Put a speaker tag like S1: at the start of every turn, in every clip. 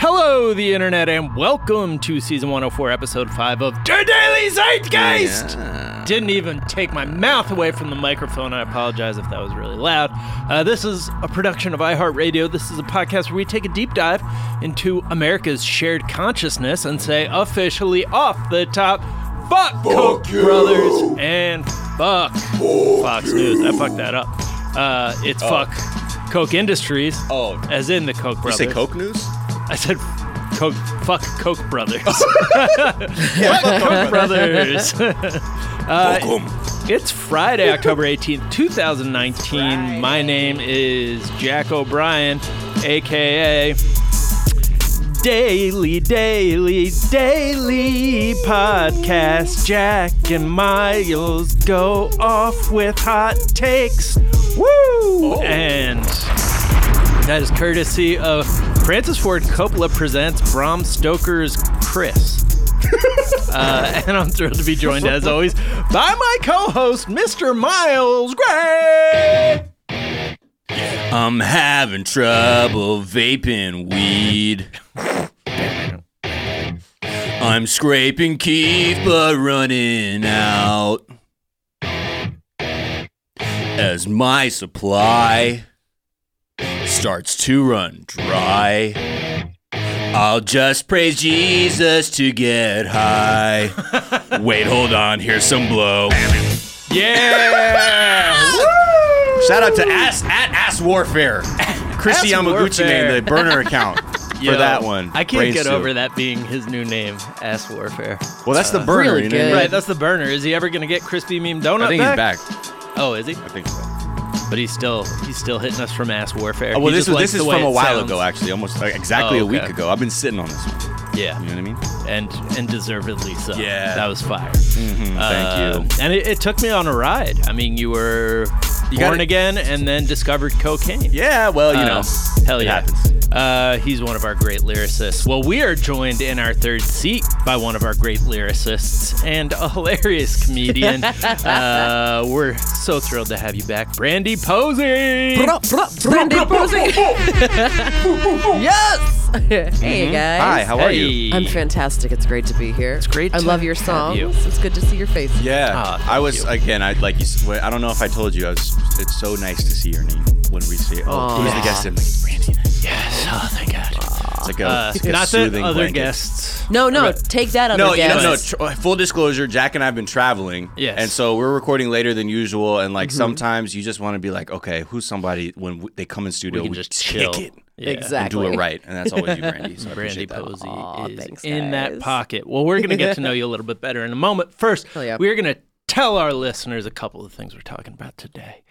S1: Hello, the internet, and welcome to season 104, episode 5 of The Daily Zeitgeist! Didn't even take my mouth away from the microphone. I apologize if that was really loud. Uh, this is a production of iHeartRadio. This is a podcast where we take a deep dive into America's shared consciousness and say officially off the top, fuck, Koch brothers and fuck, Fox News. I fucked that up. Uh, it's fuck Coke Industries,
S2: Oh.
S1: as in the Koch brothers.
S2: Say Coke news?
S1: I said Coke, fuck Coke Brothers.
S2: Yeah, fuck
S1: Coke Brothers.
S2: Uh, Welcome.
S1: it's Friday, October 18th, 2019. My name is Jack O'Brien, aka Daily, Daily, Daily Podcast. Jack and Miles go off with hot takes. Woo! Oh. And. That is courtesy of Francis Ford Coppola presents Bram Stoker's Chris. uh, and I'm thrilled to be joined, as always, by my co-host, Mr. Miles Gray.
S2: I'm having trouble vaping weed. I'm scraping Keith, but running out. As my supply starts to run dry, I'll just praise Jesus to get high. Wait, hold on, here's some blow.
S1: Yeah.
S2: Shout out to ass at ass warfare. Christy
S1: Ass
S2: Yamaguchi
S1: Warfare.
S2: made the burner account for
S1: Yo,
S2: that one.
S1: I can't get over
S2: that.
S1: that being his new name, Ass Warfare.
S2: Well, that's the burner.
S3: really
S2: you know what I mean?
S1: Right, that's the burner. Is he ever gonna get Crispy Meme Donut
S2: I think he's
S1: back?
S2: back.
S1: Oh, is he?
S2: I think so.
S1: But he's still he's still hitting us from Ass Warfare.
S2: Oh,
S1: He
S2: well, this
S1: just
S2: was
S1: likes
S2: this is
S1: the way
S2: from a
S1: it
S2: while
S1: sounds.
S2: ago, actually, almost like, exactly
S1: Oh,
S2: a week
S1: okay.
S2: ago. I've been sitting on this. One,
S1: Yeah.
S2: you know what I mean?
S1: and and deservedly so.
S2: Yeah. Mm,
S1: that was fire.
S2: thank you.
S1: Uh, And it, it took me on a ride. I mean, you were born
S2: gotta-
S1: again and then discovered cocaine.
S2: Yeah. Well, you
S1: Uh,
S2: know,
S1: hell
S2: it
S1: yeah.
S2: happens.
S1: Uh, he's one of our great lyricists. Well, we are joined in our third seat by one of our great lyricists and a hilarious comedian. uh, we're so thrilled to have you back, Brandy Posey.
S3: Brandy Posey. yes. Hey guys.
S2: Mm-hmm. Hi, how are you?
S1: Hey.
S3: I'm fantastic. It's great to be here. It's
S1: great
S3: I
S1: to
S3: love your
S1: have
S3: songs.
S1: you.
S3: It's good to see your face.
S2: Yeah.
S1: Ah, thank
S2: I was
S1: you.
S2: again. I like you. s- I don't know if I told you. I was. It's so nice to see your name when we say, "Oh, who's the
S3: Aw.
S2: guest?" I'm like, "It's Brandy."
S1: Yes. Oh, thank God.
S2: It's like oh, a,
S1: Uh,
S2: it's like a
S1: not that
S2: soothing
S1: other
S2: blanket.
S1: guests.
S3: No, no. Take that other
S2: No, you
S3: guess.
S2: know, no. Tr- full disclosure, Jack and I have been traveling.
S1: Yes. Mm-hmm.
S2: And so we're recording later than usual. And like sometimes you just want to be like, okay, who's somebody when w- they come in studio,
S1: We
S2: we,
S1: can just
S2: kick
S1: chill.
S2: it
S1: Yeah.
S2: and
S3: Exactly.
S2: do it right. And that's always you, Brandy. So I
S1: Brandy
S2: appreciate that.
S1: Posey
S3: Aw,
S1: is
S3: thanks,
S1: in that
S3: guys.
S1: pocket. Well, we're going to get to know you a little bit better in a moment. First,
S3: Hell yeah.
S1: we're going to tell our listeners a couple of things we're talking about today.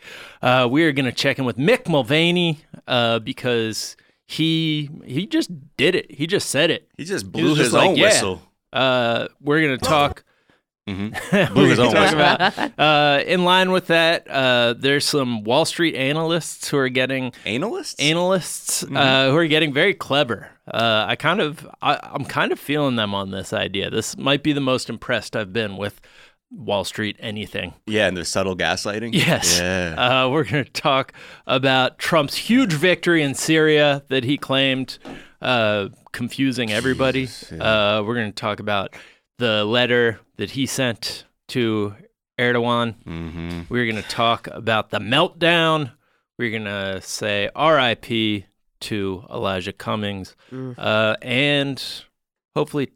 S1: Uh, we're going to check in with Mick Mulvaney uh, because he he just did it. He just said it.
S2: He just
S1: He
S2: blew
S1: was
S2: his
S1: just like,
S2: own
S1: yeah.
S2: whistle.
S1: Uh, we're going to talk.
S2: Blew his
S1: we're
S2: own
S1: gonna talk
S2: whistle.
S1: about. Uh, in line with that, uh, there's some Wall Street analysts who are getting
S2: Analyst?
S1: analysts uh, who are getting very clever. Uh, I kind of, I, I'm kind of feeling them on this idea. This might be the most impressed I've been with Wall Street anything.
S2: yeah, and the subtle gaslighting.
S1: Yes.
S2: Yeah.
S1: Uh, we're going to talk about Trump's huge victory in Syria that he claimed, uh, confusing everybody. Uh, we're going to talk about the letter that he sent to Erdogan.
S2: mm-hmm.
S1: We're going to talk about the meltdown. We're going to say RIP to Elijah Cummings uh, and hopefully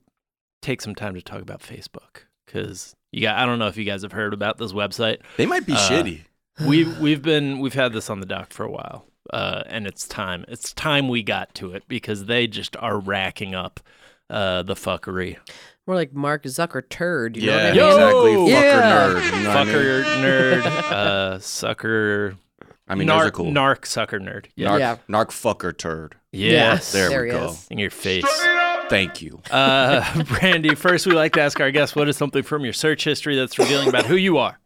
S1: take some time to talk about Facebook because you got, I don't know if you guys have heard about this website.
S2: They might be shitty.
S1: We've, we've been, we've had this on the dock for a while uh, and it's time. It's time we got to it because they just are racking up uh, the fuckery.
S3: More like Mark Zucker turd. You
S2: Yeah,
S3: know what I mean?
S2: exactly.
S1: Yo!
S2: Fucker
S3: Yeah.
S2: nerd. You know what I mean?
S1: Fucker nerd, uh, sucker,
S2: I mean, those
S1: narc,
S2: are cool.
S1: narc, sucker nerd. Yeah.
S2: Narc,
S3: Yeah.
S2: narc fucker turd.
S1: Yes.
S2: There,
S3: There
S2: we
S3: he
S2: go.
S3: is.
S1: in your face.
S2: Thank you.
S1: Uh, Brandy, first, we like to ask our guests what is something from your search history that's revealing about who you are?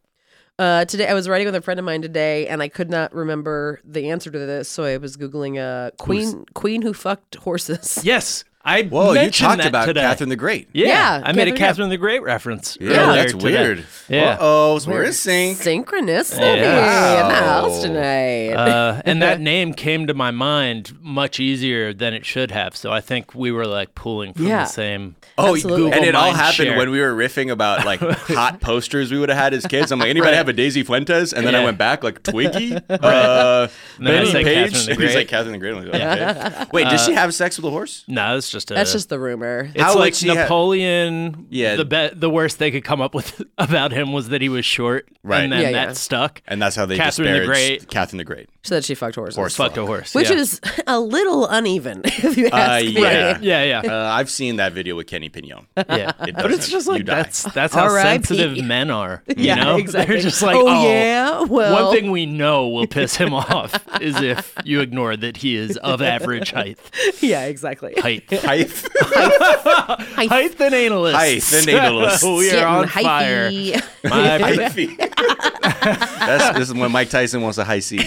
S3: Uh, today I was writing with a friend of mine today, and I could not remember the answer to this, so I was googling uh, queen queen who fucked horses.
S1: Yes. I
S2: Whoa, you
S1: mentioned
S2: talked
S1: that
S2: about
S1: today.
S2: Catherine the Great.
S1: Yeah,
S3: Yeah,
S1: I made a
S3: Catherine, yeah.
S1: Catherine the Great reference.
S2: Yeah,
S1: earlier
S2: that's
S1: today.
S2: weird.
S1: Yeah.
S2: Oh, we're in sync.
S3: Synchronicity
S1: Yeah.
S3: in the house
S2: Wow.
S3: tonight.
S1: Uh, and that name came to my mind much easier than it should have. So I think we were like pulling from
S3: Yeah.
S1: the same.
S2: Oh,
S3: Absolutely.
S2: and it
S1: Google
S2: all
S1: mind
S2: happened
S1: share.
S2: when we were riffing about like hot posters we would have had as kids. I'm like, anybody have a Daisy Fuentes? And then I
S1: Yeah.
S2: went back like Twiggy, uh,
S1: And then I
S2: Betty
S1: said
S2: Page.
S1: Catherine the
S2: And he's like
S1: Great. Uh,
S2: Catherine the Great. I'm like, okay. Wait, does she have sex with a horse?
S1: No, it's just a.
S3: That's just the rumor.
S1: It's
S2: How would
S1: like
S2: she ha-
S1: Napoleon.
S2: Yeah.
S1: The be- the worst they could come up with about him was that he was short.
S2: Right.
S1: And then
S3: Yeah,
S1: that
S3: yeah.
S1: stuck.
S2: And that's how they
S1: Catherine the
S2: disparaged
S1: Great.
S2: Catherine the Great.
S3: So that she fucked horses.
S2: Horse
S1: Fucked a horse.
S3: Which
S1: yeah. Uh,
S3: is a little uneven, if you ask me.
S2: yeah.
S1: Yeah, yeah.
S2: Uh, I've seen that video with Kenny Pignon.
S1: Yeah, but it's
S2: doesn't.
S1: just
S2: You
S1: like
S2: die.
S1: that's that's how
S3: R.I.P..
S1: sensitive men are. You
S3: Yeah,
S1: know?
S3: exactly.
S1: They're just like,
S3: Oh,
S1: oh,
S3: yeah? Well."
S1: one thing we know will piss him off is if you ignore that he is of average height.
S3: Yeah, exactly.
S1: Height,
S2: Hythe.
S1: height, and analyst.
S2: Height and analyst.
S1: we
S3: Getting
S1: are on fire.
S3: hyphy.
S1: My
S2: Hythe. That's this is when Mike Tyson wants a high C.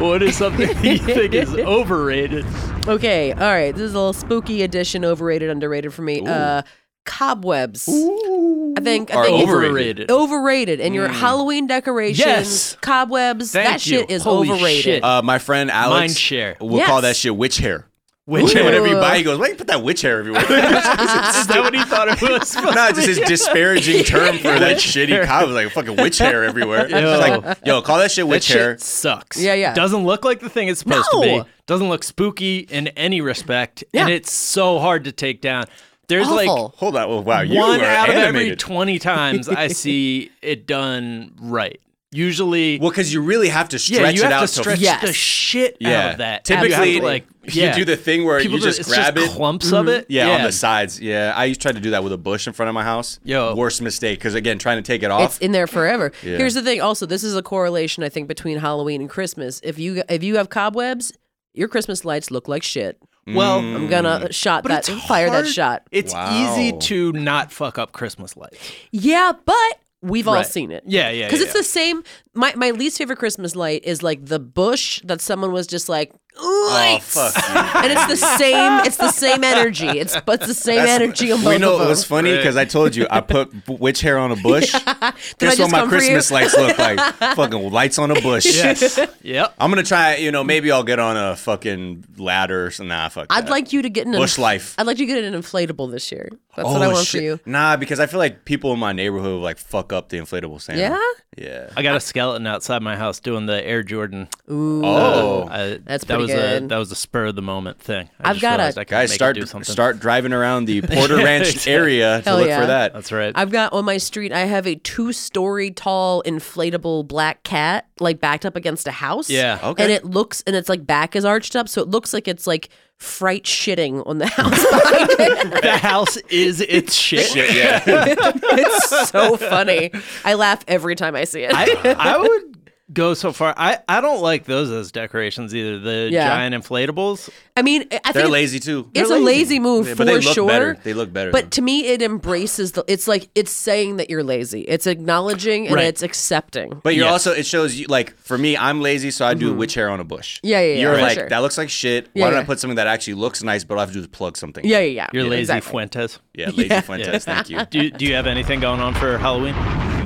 S1: what is something that you think is overrated?
S3: Okay, all right. This is a little spooky edition, overrated, underrated for me. Uh, cobwebs. I think I
S2: Are
S3: think it's
S2: overrated.
S3: Oh, overrated, and your Halloween decorations,
S1: Mm. Yes.
S3: cobwebs,
S1: Thank
S3: that shit
S1: you.
S3: is
S1: Holy
S3: overrated.
S1: shit.
S2: Uh, my friend Alex
S1: Mind share.
S2: will call
S3: Yes.
S2: that shit witch hair.
S1: Which
S2: And
S1: is
S2: whenever you buy, he goes, "Why you put that witch hair everywhere?"
S1: that what he thought it was?
S2: no, it's just his disparaging term for that shitty cop. Like fucking witch hair everywhere. It's like, yo, call that shit
S1: That
S2: witch hair.
S1: shit sucks.
S3: Yeah, yeah.
S1: Doesn't look like the thing it's supposed to
S3: No.
S1: be. Doesn't look spooky in any respect, and
S3: Yeah.
S1: it's so hard to take down. There's
S3: Awful.
S2: Hold on, well, wow,
S1: like
S2: you
S1: one
S2: are
S1: out of every
S2: animated.
S1: 20 times I see it done right. Usually,
S2: well, because you really have to
S1: yeah,
S2: stretch
S1: you
S2: it
S1: have
S2: out
S1: to stretch
S3: Yes.
S1: the shit out of that.
S2: Typically,
S1: you have to, like yeah.
S2: you do the thing where
S1: People
S2: you just
S1: it's
S2: grab
S1: just
S2: it.
S1: clumps of it. Mm-hmm.
S2: Yeah, on the sides. Yeah, I used to try to do that with a bush in front of my house.
S1: Yo.
S2: worst mistake because again, trying to take it off.
S3: It's in there forever. Here's the thing. Also, this is a correlation I think between Halloween and Christmas. If you if you have cobwebs, your Christmas lights look like shit.
S1: Well,
S3: I'm
S2: Mm.
S3: gonna shot
S1: mm-hmm. but
S3: that
S1: it's
S3: fire
S1: hard-
S3: that shot.
S1: It's
S2: Wow.
S1: easy to not fuck up Christmas lights.
S3: Yeah, but we've all
S1: Right.
S3: seen it.
S1: Yeah, yeah,
S3: Because
S1: yeah,
S3: it's the same. My my least favorite Christmas light is like the bush that someone was just like lights,
S2: Oh, fuck you.
S3: and it's the same. It's the same energy. It's but it's the same energy on both
S2: we know
S3: of
S2: it was
S3: them.
S2: funny because I told you I put b- witch hair on a bush.
S3: Did I
S2: Guess what
S3: just
S2: my
S3: come for you?
S2: Christmas lights look like? fucking lights on a bush.
S1: Yes. yep.
S2: I'm gonna try. You know, maybe I'll get on a fucking ladder. or some- Nah, fuck.
S3: I'd
S2: that.
S3: like you to get an
S2: Bush life.
S3: I'd like you to get an inflatable this year. That's
S2: Oh,
S3: what I want
S2: shit.
S3: for you.
S2: Nah, because I feel like people in my neighborhood like fuck up the inflatable Santa.
S3: Yeah?
S2: Yeah.
S1: I got a skeleton outside my house doing the Air Jordan. Uh,
S2: Oh,
S1: I-
S3: That's
S1: that
S3: pretty
S1: was a
S3: good.
S1: that was a spur of the moment thing. I
S3: I've
S1: just
S3: got a-
S1: realized I could
S2: guys,
S1: make it
S2: start
S1: do something.
S2: start driving around the Porter Ranch area to
S3: Hell
S2: look
S3: yeah.
S2: for that.
S1: That's right.
S3: I've got on my street. I have a two-story tall inflatable black cat, like backed up against a house.
S1: Yeah.
S2: Okay.
S3: And it looks, and its like back is arched up, so it looks like it's like fright shitting on the house behind it.
S1: the house is its shit.
S2: Shit, yeah.
S3: It's so funny. I laugh every time I see it.
S1: I, I would go so far. I, I don't like those as decorations either. The
S3: Yeah.
S1: giant inflatables.
S3: I mean, I think
S2: They're
S3: it's-
S2: lazy too.
S3: It's a lazy move
S2: Yeah,
S3: for
S2: but they look
S3: sure.
S2: better. They look better, though.
S3: But to me, it embraces the. It's like it's saying that you're lazy. It's acknowledging and
S1: Right.
S3: it's accepting.
S2: But you're
S1: Yes. Mm-hmm.
S2: also it shows you like for me I'm lazy so I do witch hair on a bush.
S3: Yeah, yeah, yeah,
S2: You're
S3: for
S2: like
S3: sure.
S2: that looks like shit.
S3: Yeah,
S2: Why don't I
S3: yeah.
S2: put something that actually looks nice but all I have to do is plug something.
S3: yeah, yeah, yeah.
S1: You're lazy
S3: exactly.
S1: Fuentes.
S2: Yeah, lazy Fuentes. Thank you.
S1: Do, do you have anything going on for Halloween?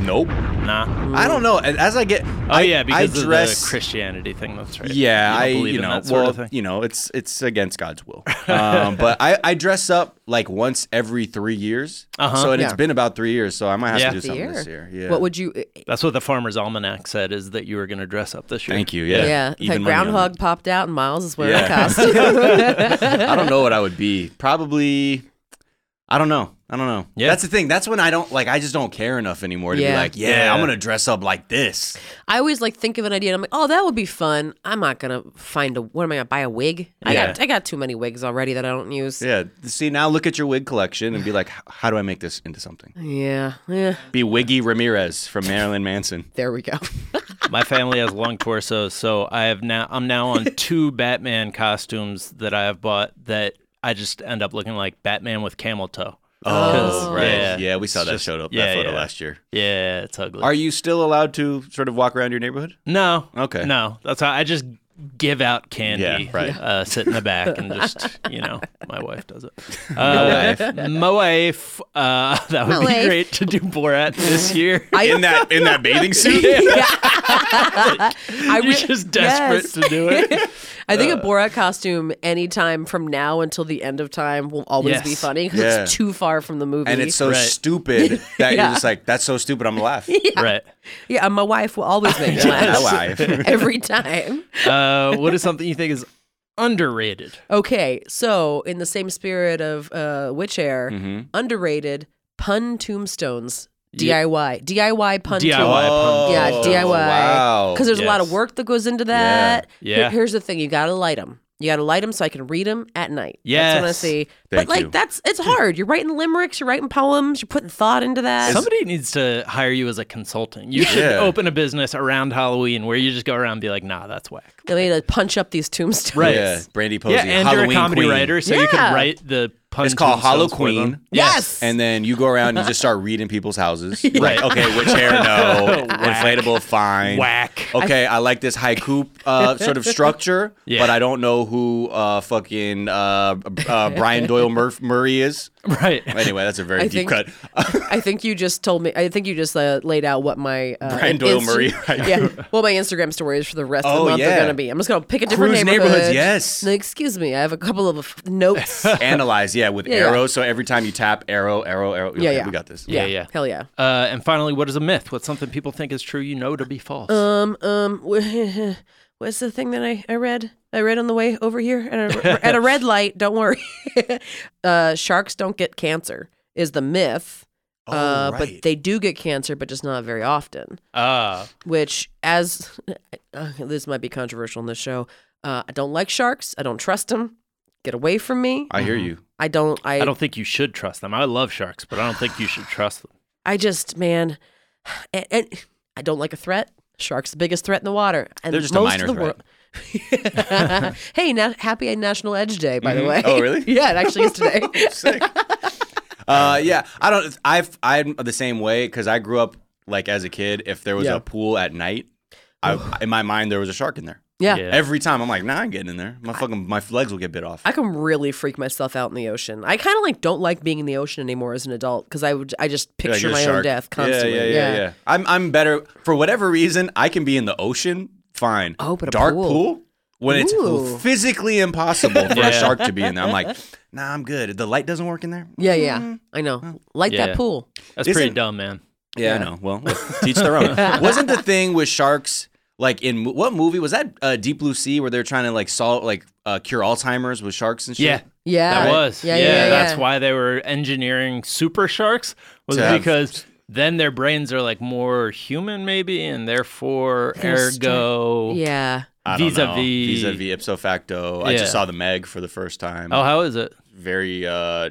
S2: Nope.
S1: Nah.
S2: I don't know. And As I get,
S1: Oh
S2: I,
S1: yeah, because
S2: I dress.
S1: of the Christianity thing. That's right.
S2: Yeah, I
S1: you don't believe
S2: you
S1: in
S2: know
S1: that sort
S2: well
S1: of thing.
S2: you know it's it's against God's will. Um, but I, I dress up like once every three years.
S1: Uh-huh.
S2: So and it's
S3: Yeah.
S2: been about three years. So I might have
S1: Yeah.
S2: to do
S3: The
S2: something
S3: year.
S2: this year. Yeah.
S3: What would you?
S1: That's what the Farmer's Almanac said is that you were going to dress up this year.
S2: Thank you.
S3: Yeah,
S2: Yeah. Even
S3: that
S2: money on
S3: groundhog popped out and Miles is wearing
S2: Yeah.
S3: a costume.
S2: I don't know what I would be. Probably, I don't know. I don't know.
S1: Yeah.
S2: That's the thing. That's when I don't like. I just don't care enough anymore to be
S3: Yeah.
S2: like, yeah,
S1: Yeah.
S2: I'm gonna dress up like this.
S3: I always like think of an idea and I'm like, oh, that would be fun. I'm not gonna find a. What am I gonna buy a wig? I got
S1: Yeah.
S3: I got too many wigs already that I don't use.
S2: Yeah. See, now look at your wig collection and be like, "H- how do I make this into something?
S3: Yeah, yeah.
S2: Be Wiggy Ramirez from Marilyn Manson.
S3: There we go.
S1: My family has long torsos, so I have now. I'm now on two Batman costumes that I have bought that I just end up looking like Batman with camel toe.
S2: Oh, right. Yeah,
S1: yeah.
S2: we saw that showed up that
S1: yeah,
S2: photo
S1: yeah.
S2: last year.
S1: Yeah, it's ugly.
S2: Are you still allowed to sort of walk around your neighborhood?
S1: no,
S2: Okay.
S1: no. That's how I just give out candy.
S2: Yeah, right.
S1: Uh, sit in the back and just, you know, my wife does it.
S2: My
S1: Uh, my wife. Uh, that would
S3: My
S1: be
S3: wife.
S1: great to do Borat this year.
S2: in that in that bathing suit.
S3: yeah. I
S1: You're
S3: re-
S1: just desperate
S3: Yes.
S1: to do it. Uh.
S3: I think a Borat costume anytime from now until the end of time will always be
S1: Yes.
S3: funny because
S2: Yeah.
S3: it's too far from the movie.
S2: And it's so
S1: Right.
S2: stupid that you're
S3: Yeah.
S2: just like, that's so stupid. I'm gonna laugh.
S1: Right.
S3: yeah, my wife will always make me
S2: That
S3: laugh
S2: wife.
S3: every time.
S1: Uh, what is something you think is underrated?
S3: Okay, so in the same spirit of uh, witch air,
S2: Mhm.
S3: underrated pun tombstones.
S1: Yeah.
S3: DIY, DIY pun
S1: DIY.
S3: tombstones.
S2: Oh.
S1: pun.
S3: Yeah, DIY.
S2: Wow.
S3: because there's a lot of
S1: Yes.
S3: work that goes into that.
S1: Yeah.
S3: Here-
S1: Yeah.
S3: here's the thing: you gotta light them. You gotta light them so I can read them at night. that's when I
S1: Yes.
S3: see.
S2: Thank
S3: but like,
S2: you.
S3: that's it's hard. You're writing limericks. You're writing poems. You're putting thought into that.
S1: Somebody needs to hire you as a consultant. You should
S2: Yeah.
S1: open a business around Halloween where you just go around and be like, nah, that's whack.
S3: They need to punch up these tombstones.
S1: Right.
S2: Yeah, Brandy Posey,
S1: yeah, and
S2: Halloween
S1: you're a comedy
S2: queen.
S1: writer, so you can
S3: Yeah.
S1: write the pun.
S2: It's called Hollow
S1: tombstones for them.
S2: Queen.
S3: Yes.
S2: And then you go around and you just start reading people's houses. You're
S1: Right.
S2: Like, okay, which hair? No. Inflatable? Fine.
S1: Whack.
S2: Okay, I like this haiku uh, sort of structure,
S1: Yeah.
S2: but I don't know who uh, fucking uh, uh, Brian Doyle Murf- Murray is.
S1: Right.
S2: Anyway, that's a very
S3: I
S2: deep
S3: think-
S2: cut.
S3: I think you just told me. I think you just uh, laid out what my uh,
S2: Brian Doyle Murray.
S3: yeah. Well, my Instagram stories for the rest of
S2: Oh,
S3: the month
S2: yeah.
S3: are gonna be. I'm just gonna pick a different
S2: Cruise
S3: neighborhood.
S2: neighborhoods, yes.
S3: Like, excuse me. I have a couple of f- notes. yeah,
S2: Analyze, yeah, with
S3: Yeah, yeah.
S2: arrows. So every time you tap arrow, arrow, arrow. Okay,
S3: Yeah, yeah.
S2: We got this.
S1: Yeah, yeah.
S3: Hell yeah.
S1: Uh, and finally, what is a myth? What's something people think is true you know to be false?
S3: Um, um, what's the thing that I, I read? I read on the way over here at a, at a red light. Don't worry. uh, sharks don't get cancer is the myth.
S2: Oh,
S3: uh,
S2: right.
S3: But they do get cancer, but just not very often.
S1: Ah,
S3: Which, as uh, this might be controversial in this show, uh, I don't like sharks. I don't trust them. Get away from me.
S2: I hear you.
S3: I don't. I,
S1: I don't think you should trust them. I love sharks, but I don't think you should trust them.
S3: I just man, and, and I don't like a threat. Sharks the biggest threat in the water, and
S2: They're just a
S3: most
S2: minor
S3: of the
S2: threat.
S3: world. hey, na- happy National Edge Day, by the
S2: Mhm.
S3: way.
S2: Oh, really?
S3: yeah, it actually is today.
S2: Sick. uh, yeah, I don't. I've I'm the same way because I grew up like as a kid. If there was
S3: Yeah.
S2: a pool at night, I, in my mind there was a shark in there.
S3: yeah.
S1: Yeah.
S2: Every time I'm like, nah, I'm getting in there. My fucking my legs will get bit off.
S3: I can really freak myself out in the ocean. I kind of like don't like being in the ocean anymore as an adult because I would I just
S2: Like,
S3: picture
S2: you're a
S3: my
S2: shark.
S3: own death constantly.
S2: Yeah, yeah, yeah, yeah. I'm I'm better for whatever reason. I can be in the ocean, fine.
S3: Oh, but a
S2: dark
S3: pool.
S2: when
S3: Ooh.
S2: it's physically impossible for
S1: Yeah.
S2: a shark to be in there. I'm like, nah, I'm good. The light doesn't work in there.
S3: Yeah, yeah.
S2: Mm-hmm.
S3: I know. Like
S1: Yeah.
S3: that pool.
S1: That's
S2: Isn't-
S1: pretty dumb, man.
S2: Yeah, I know. Well, teach their own. Wasn't the thing with sharks like in mo- what movie was that? Uh, Deep Blue Sea, where they're trying to like solve like uh, cure Alzheimer's with sharks and shit.
S1: Yeah,
S3: Yeah.
S1: that was.
S3: Yeah, yeah, yeah,
S1: that's
S3: yeah.
S1: why they were engineering super sharks was
S2: To have-
S1: because then their brains are like more human, maybe, and therefore,
S3: They're str-
S1: ergo.
S3: Yeah.
S2: I don't know.
S1: Vis-a-vis-
S2: vis-a-vis ipso facto. I
S1: Yeah.
S2: just saw the Meg for the first time.
S1: Oh, how is it?
S2: very uh,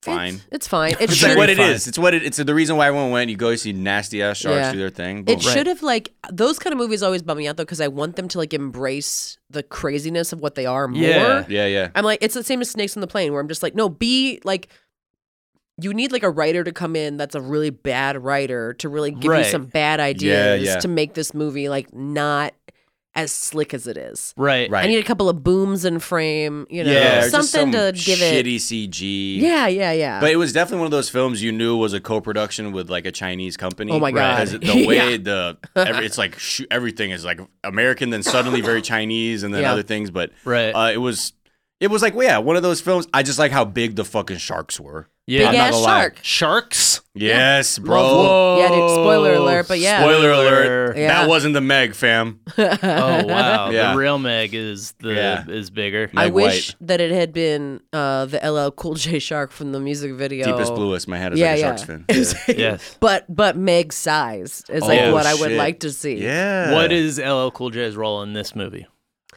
S2: fine.
S3: It's, it's fine. It
S2: It's
S3: should
S2: like what it
S1: fine.
S2: is. It's what it, it's the reason why everyone went. You go see nasty ass sharks
S3: Yeah.
S2: do their thing. Boom.
S3: It should have like those kind of movies always bum me out though because I want them to like embrace the craziness of what they are more.
S1: Yeah.
S2: Yeah, yeah.
S3: I'm like it's the same as Snakes on the Plane where I'm just like no be like you need like a writer to come in that's a really bad writer to really give
S1: Right.
S3: you some bad ideas
S2: yeah.
S3: to make this movie like not as slick as it is.
S1: Right.
S2: Right.
S3: I need a couple of booms in frame, you know,
S2: yeah, or just some
S3: something to give it.
S2: shitty CG.
S3: Yeah, yeah, yeah.
S2: But it was definitely one of those films you knew was a co-production with like a Chinese company.
S3: Oh my God.
S2: 'Cause the way
S3: Yeah.
S2: the every, it's like shoo- everything is like American, then suddenly very Chinese, and then
S3: Yeah.
S2: other things. But
S1: Right.
S2: uh, it was it was like well, yeah, one of those films. I just like how big the fucking sharks were.
S1: Yeah.
S3: Big
S2: not
S3: ass
S2: gonna lie.
S3: shark.
S1: Sharks.
S2: Yes, bro.
S1: Whoa.
S3: Yeah, dude, spoiler alert, but yeah.
S2: Spoiler alert.
S3: Yeah.
S2: That wasn't the Meg, fam.
S1: Oh wow,
S2: Yeah.
S1: the real Meg is the
S2: Yeah.
S1: is bigger.
S3: I
S2: Meg
S3: wish
S2: White.
S3: that it had been uh, the LL Cool J shark from the music video.
S2: Deepest, bluest. My head is
S3: yeah,
S2: like a
S3: yeah.
S2: shark's fin.
S1: yes.
S3: But but Meg size is like
S2: Oh,
S3: what I would
S2: shit.
S3: like to see.
S2: Yeah.
S1: What is LL Cool J's role in this movie?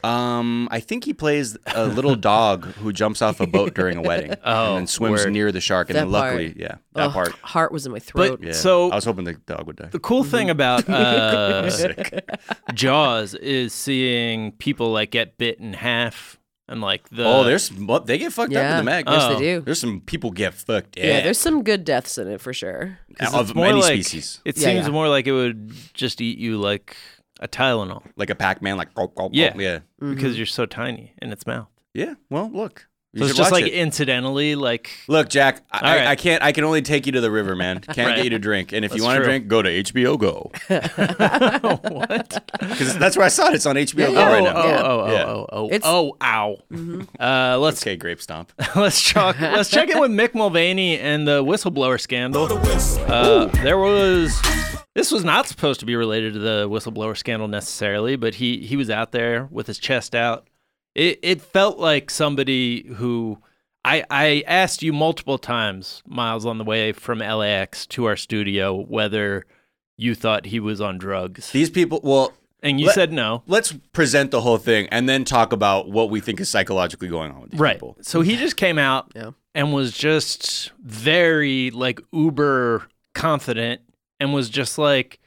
S2: Um, I think he plays a little dog who jumps off a boat during a wedding
S1: Oh,
S2: and then swims
S1: word.
S2: near the shark. And
S3: That
S2: then luckily, yeah, that
S3: Ugh,
S2: part.
S3: Heart was in my throat.
S2: Yeah.
S1: So-
S2: I was hoping the dog would die.
S1: The cool thing about uh,
S2: Sick.
S1: Jaws is seeing people like get bit in half and like the
S2: oh, there's well, they get fucked up in
S3: yeah.
S2: the mag.
S3: Yes,
S1: Oh.
S3: they do.
S2: There's some people get fucked.
S3: Yeah.
S2: Yeah,
S3: there's some good deaths in it for sure.
S1: 'cause
S2: of
S1: it's more
S2: many
S1: like-
S2: species.
S1: It
S3: Yeah,
S1: seems
S3: yeah.
S1: more like it would just eat you like a Tylenol
S2: like a Pac-Man, like gulp, gulp,
S1: Yeah.
S2: gulp. yeah,
S3: Mm-hmm.
S1: because you're so tiny in its mouth.
S2: yeah. Well, look, you
S1: So it's
S2: should
S1: just
S2: watch
S1: like
S2: it.
S1: incidentally, like
S2: Look, Jack, I,
S1: All right.
S2: I, I can't. I can only take you to the river, man. Can't
S1: Right.
S2: get you to drink. And if
S1: That's
S2: you want to
S1: true.
S2: drink, go to HBO Go
S1: what?
S2: because that's where I saw it. It's on HBO
S1: Oh,
S2: Go right now.
S1: oh,
S3: Yeah.
S1: oh, oh,
S2: Yeah.
S1: oh, oh,
S3: It's- Mm-hmm.
S1: oh, ow. Uh, let's
S2: Okay, grape stomp.
S1: let's talk. Let's check in with Mick Mulvaney and the whistleblower scandal. Uh, there was this was not supposed to be related to the whistleblower scandal necessarily, but he he was out there with his chest out. It it felt like somebody who I I asked you multiple times, Miles, on the way from LAX to our studio, whether you thought he was on drugs,
S2: These people. Well,
S1: and you
S2: Let-
S1: said no.
S2: let's present the whole thing and then talk about what we think is psychologically going on with these
S1: right.
S2: people.
S1: So he just came out
S3: Yeah.
S1: and was just very like uber confident and was just like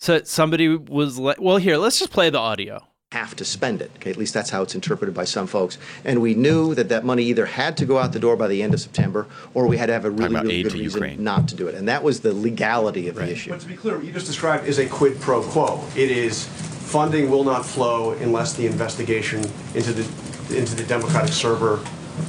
S1: so somebody was like well here let's just play the audio.
S4: have to spend it. Okay, at least that's how it's interpreted by some folks. And we knew that that money either had to go out the door by the end of September, or we had to have a really,
S2: about
S4: really
S2: aid
S4: good
S2: to
S4: reason
S2: Ukraine.
S4: not to do it. And that was the legality of the issue.
S5: But to be clear, what you just described is a quid pro quo. It is funding will not flow unless the investigation into the into the Democratic server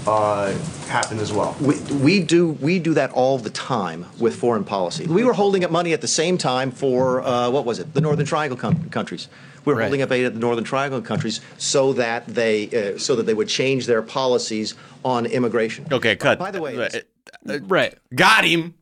S5: uh, happened as well.
S4: We, we do we do that all the time with foreign policy. We were holding up money at the same time for uh, what was it? The Northern Triangle com- countries. We were
S1: Right.
S4: holding up aid at the Northern Triangle countries so that they uh, so that they would change their policies on immigration.
S2: Okay, cut.
S4: By the way, it's-
S2: Uh,
S1: Right.
S2: got him.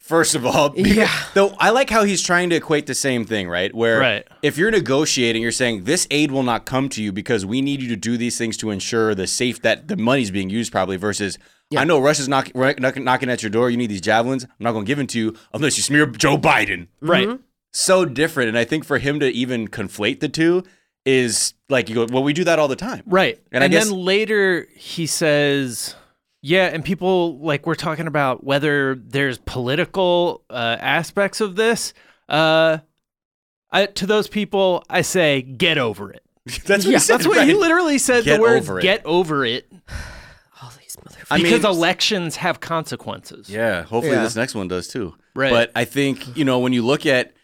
S2: First of all, yeah. Though I like how he's trying to equate the same thing, right? Where
S1: Right.
S2: if you're negotiating, you're saying this aid will not come to you because we need you to do these things to ensure the safe that the money's being used probably versus I know Russia's knock, right- knock, knocking at your door. You need these javelins. I'm not going to give them to you unless you smear Joe Biden.
S1: Right.
S2: So different, and I think for him to even conflate the two is like you go, well, we do that all the time,
S1: Right.
S2: And
S1: And,
S2: I guess-
S1: then later he says, yeah, and people like we're talking about whether there's political uh, aspects of this. Uh, I, to those people, I say, get over it.
S2: That's what he said.
S1: That's what he
S2: right?
S1: literally said
S2: Get
S1: the word
S2: over it.
S1: get over it
S3: All these motherfuckers.
S2: I mean-
S1: because elections have consequences.
S2: Yeah, hopefully
S4: Yeah.
S2: this next one does too.
S1: Right.
S2: But I think you know when you look at,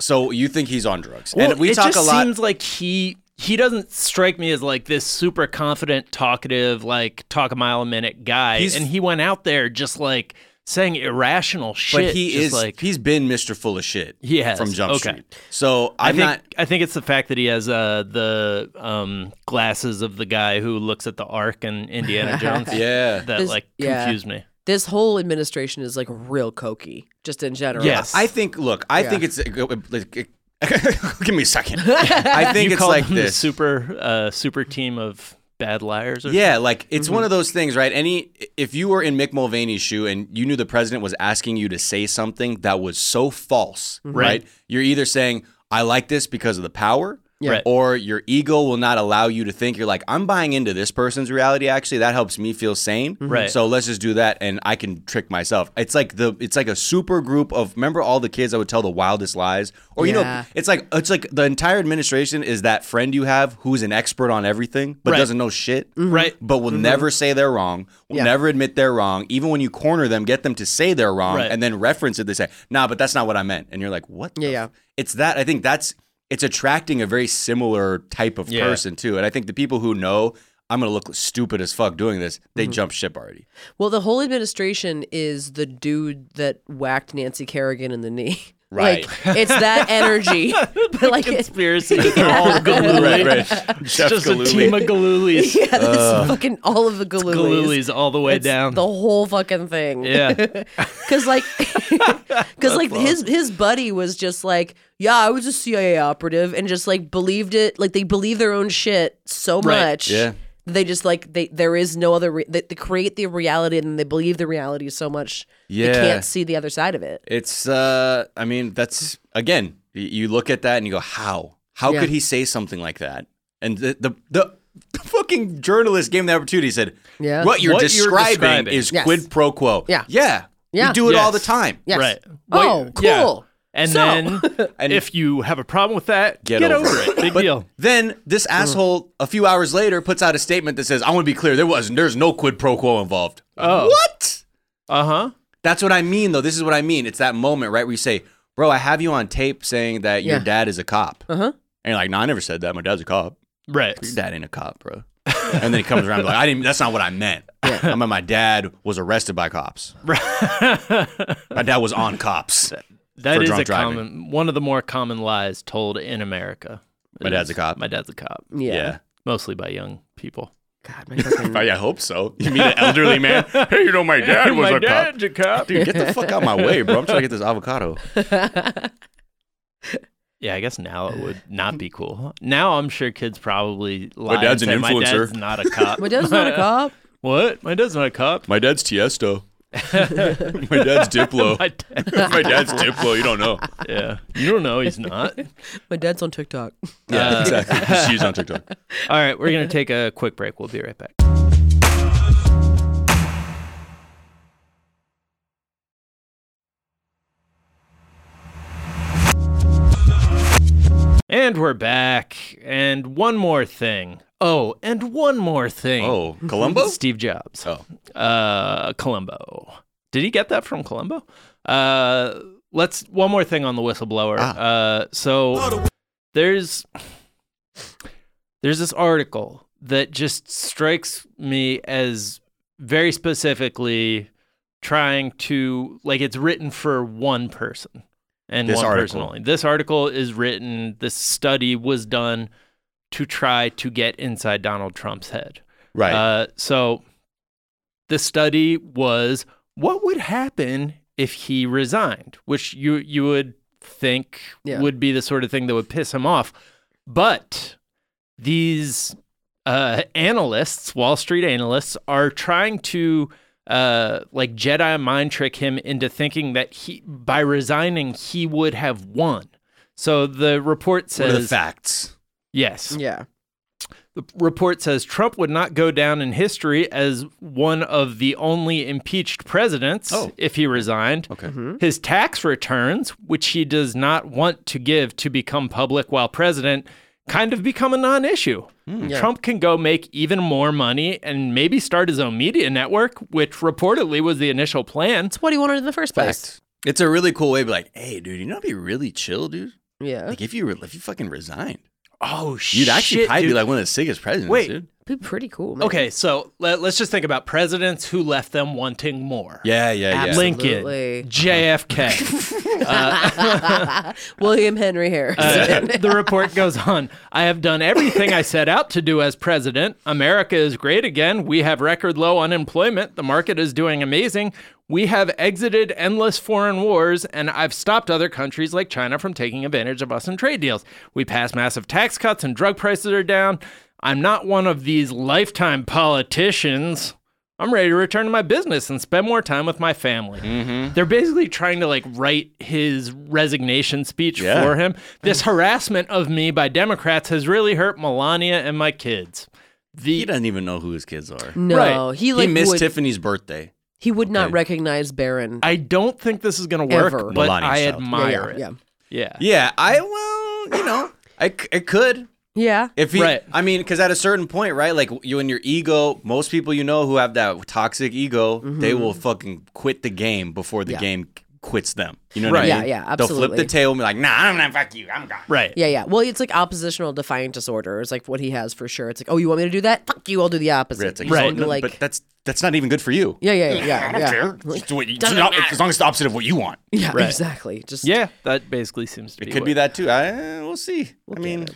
S2: so you think he's on drugs,
S1: Well,
S2: and we
S1: it
S2: talk
S1: just
S2: a lot.
S1: seems like he he doesn't strike me as like this super confident, talkative, like talk a mile a minute guy.
S2: He's-
S1: and he went out there just like saying irrational shit.
S2: but he
S1: just
S2: is
S1: like
S2: he's been Mr. Full of shit.
S1: He has,
S2: from Jump
S1: okay.
S2: Street. So
S1: I
S2: I'm
S1: think
S2: not.
S1: I think it's the fact that he has uh, the um, glasses of the guy who looks at the Ark in Indiana Jones.
S2: Yeah.
S1: that
S3: This-
S1: like
S3: yeah.
S1: confused me.
S3: this whole administration is like real cokey, just in general.
S1: Yes,
S2: I think. Look, I think it's. Like, give me a second. I think
S1: you
S2: it's
S1: called
S2: like
S1: him the
S2: this.
S1: super uh, super team of bad liars. Or
S2: Yeah, like it's one of those things, right? Any if you were in Mick Mulvaney's shoe and you knew the president was asking you to say something that was so false, right? You're either saying I like this because of the power,
S1: Right.
S2: or your ego will not allow you to think you're like I'm buying into this person's reality. Actually, that helps me feel sane.
S1: Right.
S2: So let's just do that, and I can trick myself. It's like the it's like a super group of remember all the kids that would tell the wildest lies, or you know,
S3: Yeah.
S2: it's like it's like the entire administration is that friend you have who's an expert on everything but
S1: Right.
S2: doesn't know shit
S1: Right.
S2: but will never say they're wrong, will
S3: Mm-hmm. Yeah.
S2: never admit they're wrong. Even when you corner them, get them to say they're wrong
S1: Right.
S2: and then reference it. They say, nah, but that's not what I meant. And you're like, what? the
S3: Yeah, yeah.
S2: f-" It's that. I think that's, it's attracting a very similar type of
S1: Yeah.
S2: person too. And I think the people who know, I'm going to look stupid as fuck doing this,
S3: Mm-hmm.
S2: they jump ship already.
S3: Well, the whole administration is the dude that whacked Nancy Kerrigan in the knee.
S2: Right.
S3: Like, it's that energy. but like, it-
S1: conspiracy is all galooly.
S2: right.
S1: It's
S2: Jeff
S1: just
S2: Galooly.
S1: a team of galoolies.
S3: yeah, that's fucking all of the galoolies.
S1: Galoolies all the way
S3: It's
S1: down.
S3: The whole fucking thing.
S1: yeah.
S3: Cause like, cause like his his buddy was just like, yeah, I was a CIA operative, and just like believed it. Like they believe their own shit so
S1: Right.
S3: much.
S2: Yeah.
S3: They just like they there is no other. Re- they, they create the reality and they believe the reality so much.
S2: Yeah.
S3: They can't see the other side of it.
S2: It's, uh, I mean, that's, again, y- you look at that and you go, how? How
S3: Yeah.
S2: could he say something like that? And the, the, the, the fucking journalist gave him the opportunity. He said,
S3: Yeah.
S2: what you're,
S1: What you're
S2: describing,
S1: describing.
S2: is
S3: Yes.
S2: quid pro quo.
S3: Yeah.
S2: Yeah.
S3: Yeah.
S2: We do it all the
S1: Yes.
S2: time.
S3: Yes.
S1: Right.
S3: Oh,
S1: Wait, yeah.
S3: cool.
S1: And
S3: So-
S1: then
S2: And
S1: if you have a problem with that,
S2: Get
S1: get,
S2: over
S1: over, it. Big deal.
S2: then this
S3: Mm-hmm.
S2: asshole, a few hours later, puts out a statement that says, I want to be clear, there wasn't, there's no quid pro quo involved.
S1: Oh.
S2: What?
S1: Uh huh.
S2: That's what I mean, though. This is what I mean. It's that moment, right, where you say, Bro, I have you on tape saying that your
S3: Yeah. Uh-huh.
S2: dad is a cop. Uh huh. And you're like, no, I never said that. My dad's a cop.
S1: Right.
S2: Your dad ain't a cop, bro. and then he comes around and be like, I didn't. That's not what I meant. I meant my dad was arrested by cops. My dad was on cops.
S1: That
S2: for
S1: is
S2: drunk
S1: a
S2: driving.
S1: common one of the more common lies told in America.
S2: My
S1: is,
S2: dad's a cop.
S1: My dad's a cop.
S3: Yeah.
S2: Yeah.
S1: Mostly by young people.
S3: God, my fucking.
S2: Oh, yeah, I hope so. You mean an elderly man? Hey, you know, my dad was
S1: my
S2: a cop.
S1: dad's a cop.
S2: Dude, get the fuck out of my way, bro. I'm trying to get this avocado.
S1: Yeah, I guess now it would not be cool. Now I'm sure kids probably lie.
S2: dad's
S1: and
S2: an
S1: say, My dad's
S2: influencer."
S1: not a cop.
S3: My dad's not a cop.
S1: What? My dad's not a cop.
S2: My dad's Tiesto. my dad's Diplo.
S1: My dad.
S2: my dad's Diplo. You don't know.
S1: Yeah. You don't know he's not.
S3: My dad's on TikTok.
S2: Yeah, exactly. Just use on TikTok.
S1: All right, we're going to take a quick break. We'll be right back. And we're back. And one more thing. Oh, and one more thing.
S2: Oh, Columbo?
S1: Steve Jobs.
S2: Oh.
S1: Uh, Columbo. Did he get that from Columbo? Uh, let's one more thing on the whistleblower.
S2: Ah.
S1: Uh, so there's there's this article that just strikes me as very specifically trying to like it's written for one person and
S2: This
S1: one person
S2: article.
S1: only. This article is written. This study was done to try to get inside Donald Trump's head.
S2: Right.
S1: Uh, so the study was what would happen if he resigned, which you you would think
S3: Yeah.
S1: would be the sort of thing that would piss him off. But these uh, analysts, Wall Street analysts, are trying to uh, like Jedi mind trick him into thinking that he by resigning he would have won. So the report
S2: what are the
S1: says
S2: facts?
S1: yes.
S3: Yeah.
S1: The report says Trump would not go down in history as one of the only impeached presidents
S2: Oh.
S1: if he resigned.
S2: Okay.
S1: His tax returns, which he does not want to give to become public while president, kind of become a non issue.
S2: Hmm.
S3: Yeah.
S1: Trump can go make even more money and maybe start his own media network, which reportedly was the initial plan.
S3: It's what he wanted in the first place.
S2: It's a really cool way to be like, hey, dude, you know, it'd be really chill, dude.
S3: Yeah.
S2: Like if you re- if you fucking resigned,
S1: Oh, shit.
S2: you'd actually probably be
S1: dude.
S2: like one of the sickest presidents,
S1: Wait.
S2: dude.
S3: Be pretty cool. Man.
S1: okay, so let, let's just think about presidents who left them wanting more.
S2: Yeah, yeah, yeah.
S1: Lincoln,
S3: Absolutely.
S1: JFK.
S3: William Henry Harris.
S1: Uh, the report goes on. I have done everything I set out to do as president. America is great again. We have record low unemployment. The market is doing amazing. We have exited endless foreign wars, and I've stopped other countries like China from taking advantage of us in trade deals. We passed massive tax cuts, and drug prices are down. I'm not one of these lifetime politicians. I'm ready to return to my business and spend more time with my family.
S2: Mm-hmm.
S1: They're basically trying to like write his resignation speech
S2: Yeah.
S1: for him. This harassment of me by Democrats has really hurt Melania and my kids.
S2: He
S1: The
S2: doesn't even know who his kids are.
S3: no,
S1: right.
S3: he like
S2: he missed
S3: would,
S2: Tiffany's birthday.
S3: he would not
S2: Okay.
S3: recognize Barron.
S1: I don't think this is going to work,
S3: Ever.
S1: but I
S2: Melania's child.
S3: yeah,
S1: admire
S3: yeah,
S1: it.
S3: yeah.
S1: Yeah.
S2: Yeah, I well, you know, I c- it could
S3: Yeah.
S2: if he.
S1: Right.
S2: I mean, because at a certain point, right? Like you and your ego. Most people you know who have that toxic ego, they will fucking quit the game before the
S3: Mm-hmm. Yeah.
S2: game quits them. You know
S1: Right.
S2: what I
S1: Yeah,
S2: mean?
S3: yeah,
S2: They'll flip
S3: absolutely.
S2: the tail and be like, Nah, I'm not fuck you. I'm gone.
S1: Right.
S3: Yeah, yeah. Well, it's like oppositional defiant disorder. It's like what he has for sure. It's like, oh, you want me to do that? Fuck you, I'll do the opposite.
S2: It's like,
S1: Right.
S2: "No,
S3: You're
S2: no,
S3: Like,
S2: but that's that's not even good for you.
S3: yeah, yeah, yeah, yeah.
S2: I don't
S3: yeah.
S2: care. Just do what you, just not- as long as it's the opposite of what you want.
S3: Yeah,
S1: Right.
S3: exactly. Just
S1: Yeah, that basically seems to be
S2: It could
S1: what-
S2: be that too. I, we'll see. I
S3: at
S2: mean,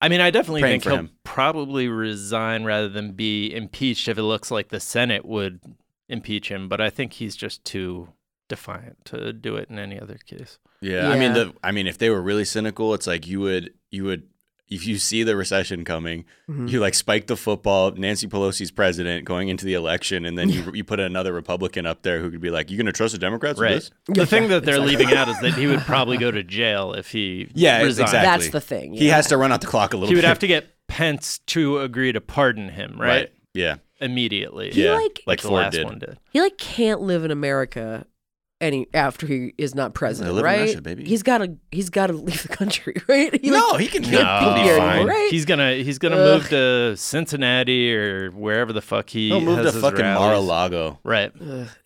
S1: I mean, I definitely
S2: Praying
S1: think
S2: for
S1: he'll
S2: him.
S1: probably resign rather than be impeached if it looks like the Senate would impeach him, but I think he's just too defiant to do it in any other case.
S2: Yeah, I mean
S3: Yeah.
S2: the I mean if they were really cynical, it's like you would you would if you see the recession coming, you like spike the football, Nancy Pelosi's president going into the election, and then you you put another Republican up there who could be like, You gonna trust the Democrats
S1: Right.
S2: with this?
S1: The thing that they're leaving out is that he would probably go to jail if he
S2: Yeah,
S1: resigned.
S2: exactly.
S3: That's the thing,
S2: He
S3: yeah.
S2: has to run out the clock a little
S1: He would
S2: bit.
S1: have to get Pence to agree to pardon him, right?
S2: Yeah.
S1: Immediately.
S2: yeah.
S3: like-
S1: Like the
S2: Ford
S1: last
S2: did.
S1: one did.
S3: he like can't live in America any after he is not president,
S2: live in
S3: right?
S2: Russia, baby.
S3: He's gotta he's gotta leave the country, right? He,
S2: No,
S3: like,
S2: he can-
S3: can't
S2: no,
S3: be
S2: he'll be
S3: here
S2: fine.
S3: anymore, right?
S1: He's gonna he's gonna move to Cincinnati or wherever the fuck he.
S2: He'll move
S1: has
S2: to
S1: his
S2: fucking
S1: rallies.
S2: Mar-a-Lago.
S1: Right.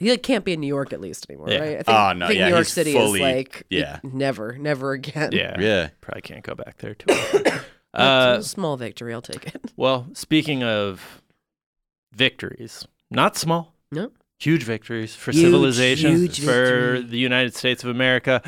S3: he like, can't be in New York at least anymore,
S1: Yeah.
S3: right? I think,
S2: Oh, no,
S3: I think
S2: yeah,
S3: New York
S2: he's
S3: City
S2: fully-
S3: is like
S2: yeah.
S3: never, never again.
S1: Yeah.
S2: Yeah.
S1: Probably can't go back there too. uh,
S3: That's a small victory, I'll take it.
S1: well, speaking of victories, not small,
S3: No.
S1: huge victories for
S3: Huge,
S1: civilization
S3: huge
S1: for
S3: victory.
S1: the United States of America.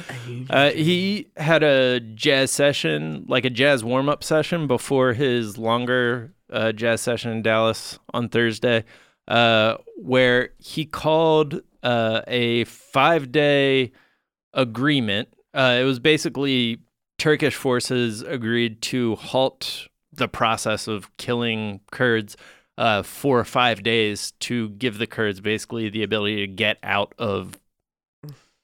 S1: Uh, he had a jazz session, like a jazz warm up session before his longer uh, jazz session in Dallas on Thursday, uh, where he called uh, a five day agreement. Uh, it was basically Turkish forces agreed to halt the process of killing Kurds uh, for five days to give the Kurds basically the ability to get out of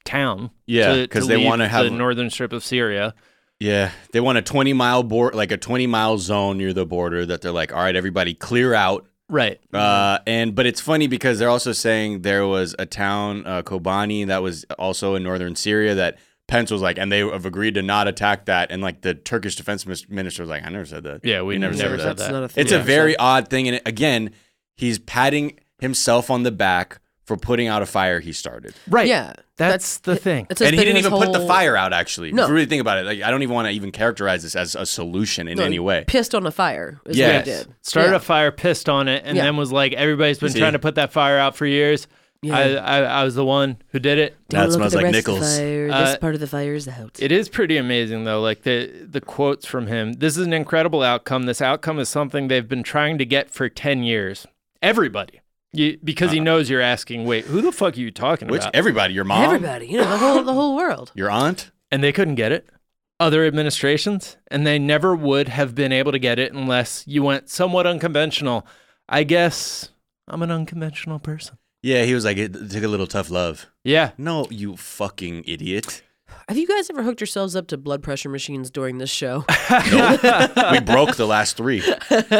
S1: town.
S2: Yeah,
S1: to-
S2: 'cause they
S1: leave
S2: wanna have-
S1: the northern strip of Syria.
S2: Yeah, they want a 20 mile board, like a 20 mile zone near the border that they're like, all right, everybody clear out.
S1: Right.
S2: Uh, and but it's funny because they're also saying there was a town, uh, Kobani, that was also in northern Syria that Pence was like, and they have agreed to not attack that. And like the Turkish defense mis- minister was like, I never said that.
S1: Yeah, we
S2: You
S1: never,
S2: never
S1: said
S2: said
S1: that.
S3: not a thing.
S2: It's a
S3: Yeah.
S2: very odd thing. And again, he's patting himself on the back for putting out a fire he started.
S1: right.
S3: Yeah,
S1: That's, the thing.
S3: It's
S2: and he
S3: been
S2: didn't
S3: his
S2: even put the
S3: whole-
S2: fire out, actually. If
S3: No.
S2: you really think about it, like, I don't even want to even characterize this as a solution in
S3: No,
S2: any way.
S3: Pissed on a fire is
S2: Yes.
S3: what he did.
S1: Started
S3: Yeah.
S1: a fire, pissed on it, and
S3: Yeah.
S1: then was like, everybody's been
S2: See?
S1: trying to put that fire out for years.
S3: Yeah.
S1: I, I, I was the one who did it.
S3: Don't
S2: That
S3: look at
S2: smells
S3: the
S2: like
S3: rest of the
S2: Nichols.
S3: fire.
S1: Uh,
S3: this part of the fire is out.
S1: It is pretty amazing though, like the the quotes from him. This is an incredible outcome. This outcome is something they've been trying to get for 10 years. Everybody. You, because he knows you're asking, "Wait, who the fuck are you talking
S2: Which
S1: about?"
S2: everybody, your mom,
S3: Everybody, you know, the whole the whole world.
S2: your aunt,
S1: and they couldn't get it. Other administrations, and they never would have been able to get it unless you went somewhat unconventional. I guess I'm an unconventional person.
S2: Yeah, he was like, it took a little tough love.
S1: Yeah.
S2: No, you fucking idiot.
S3: Have you guys ever hooked yourselves up to blood pressure machines during this show?
S2: We broke the last three.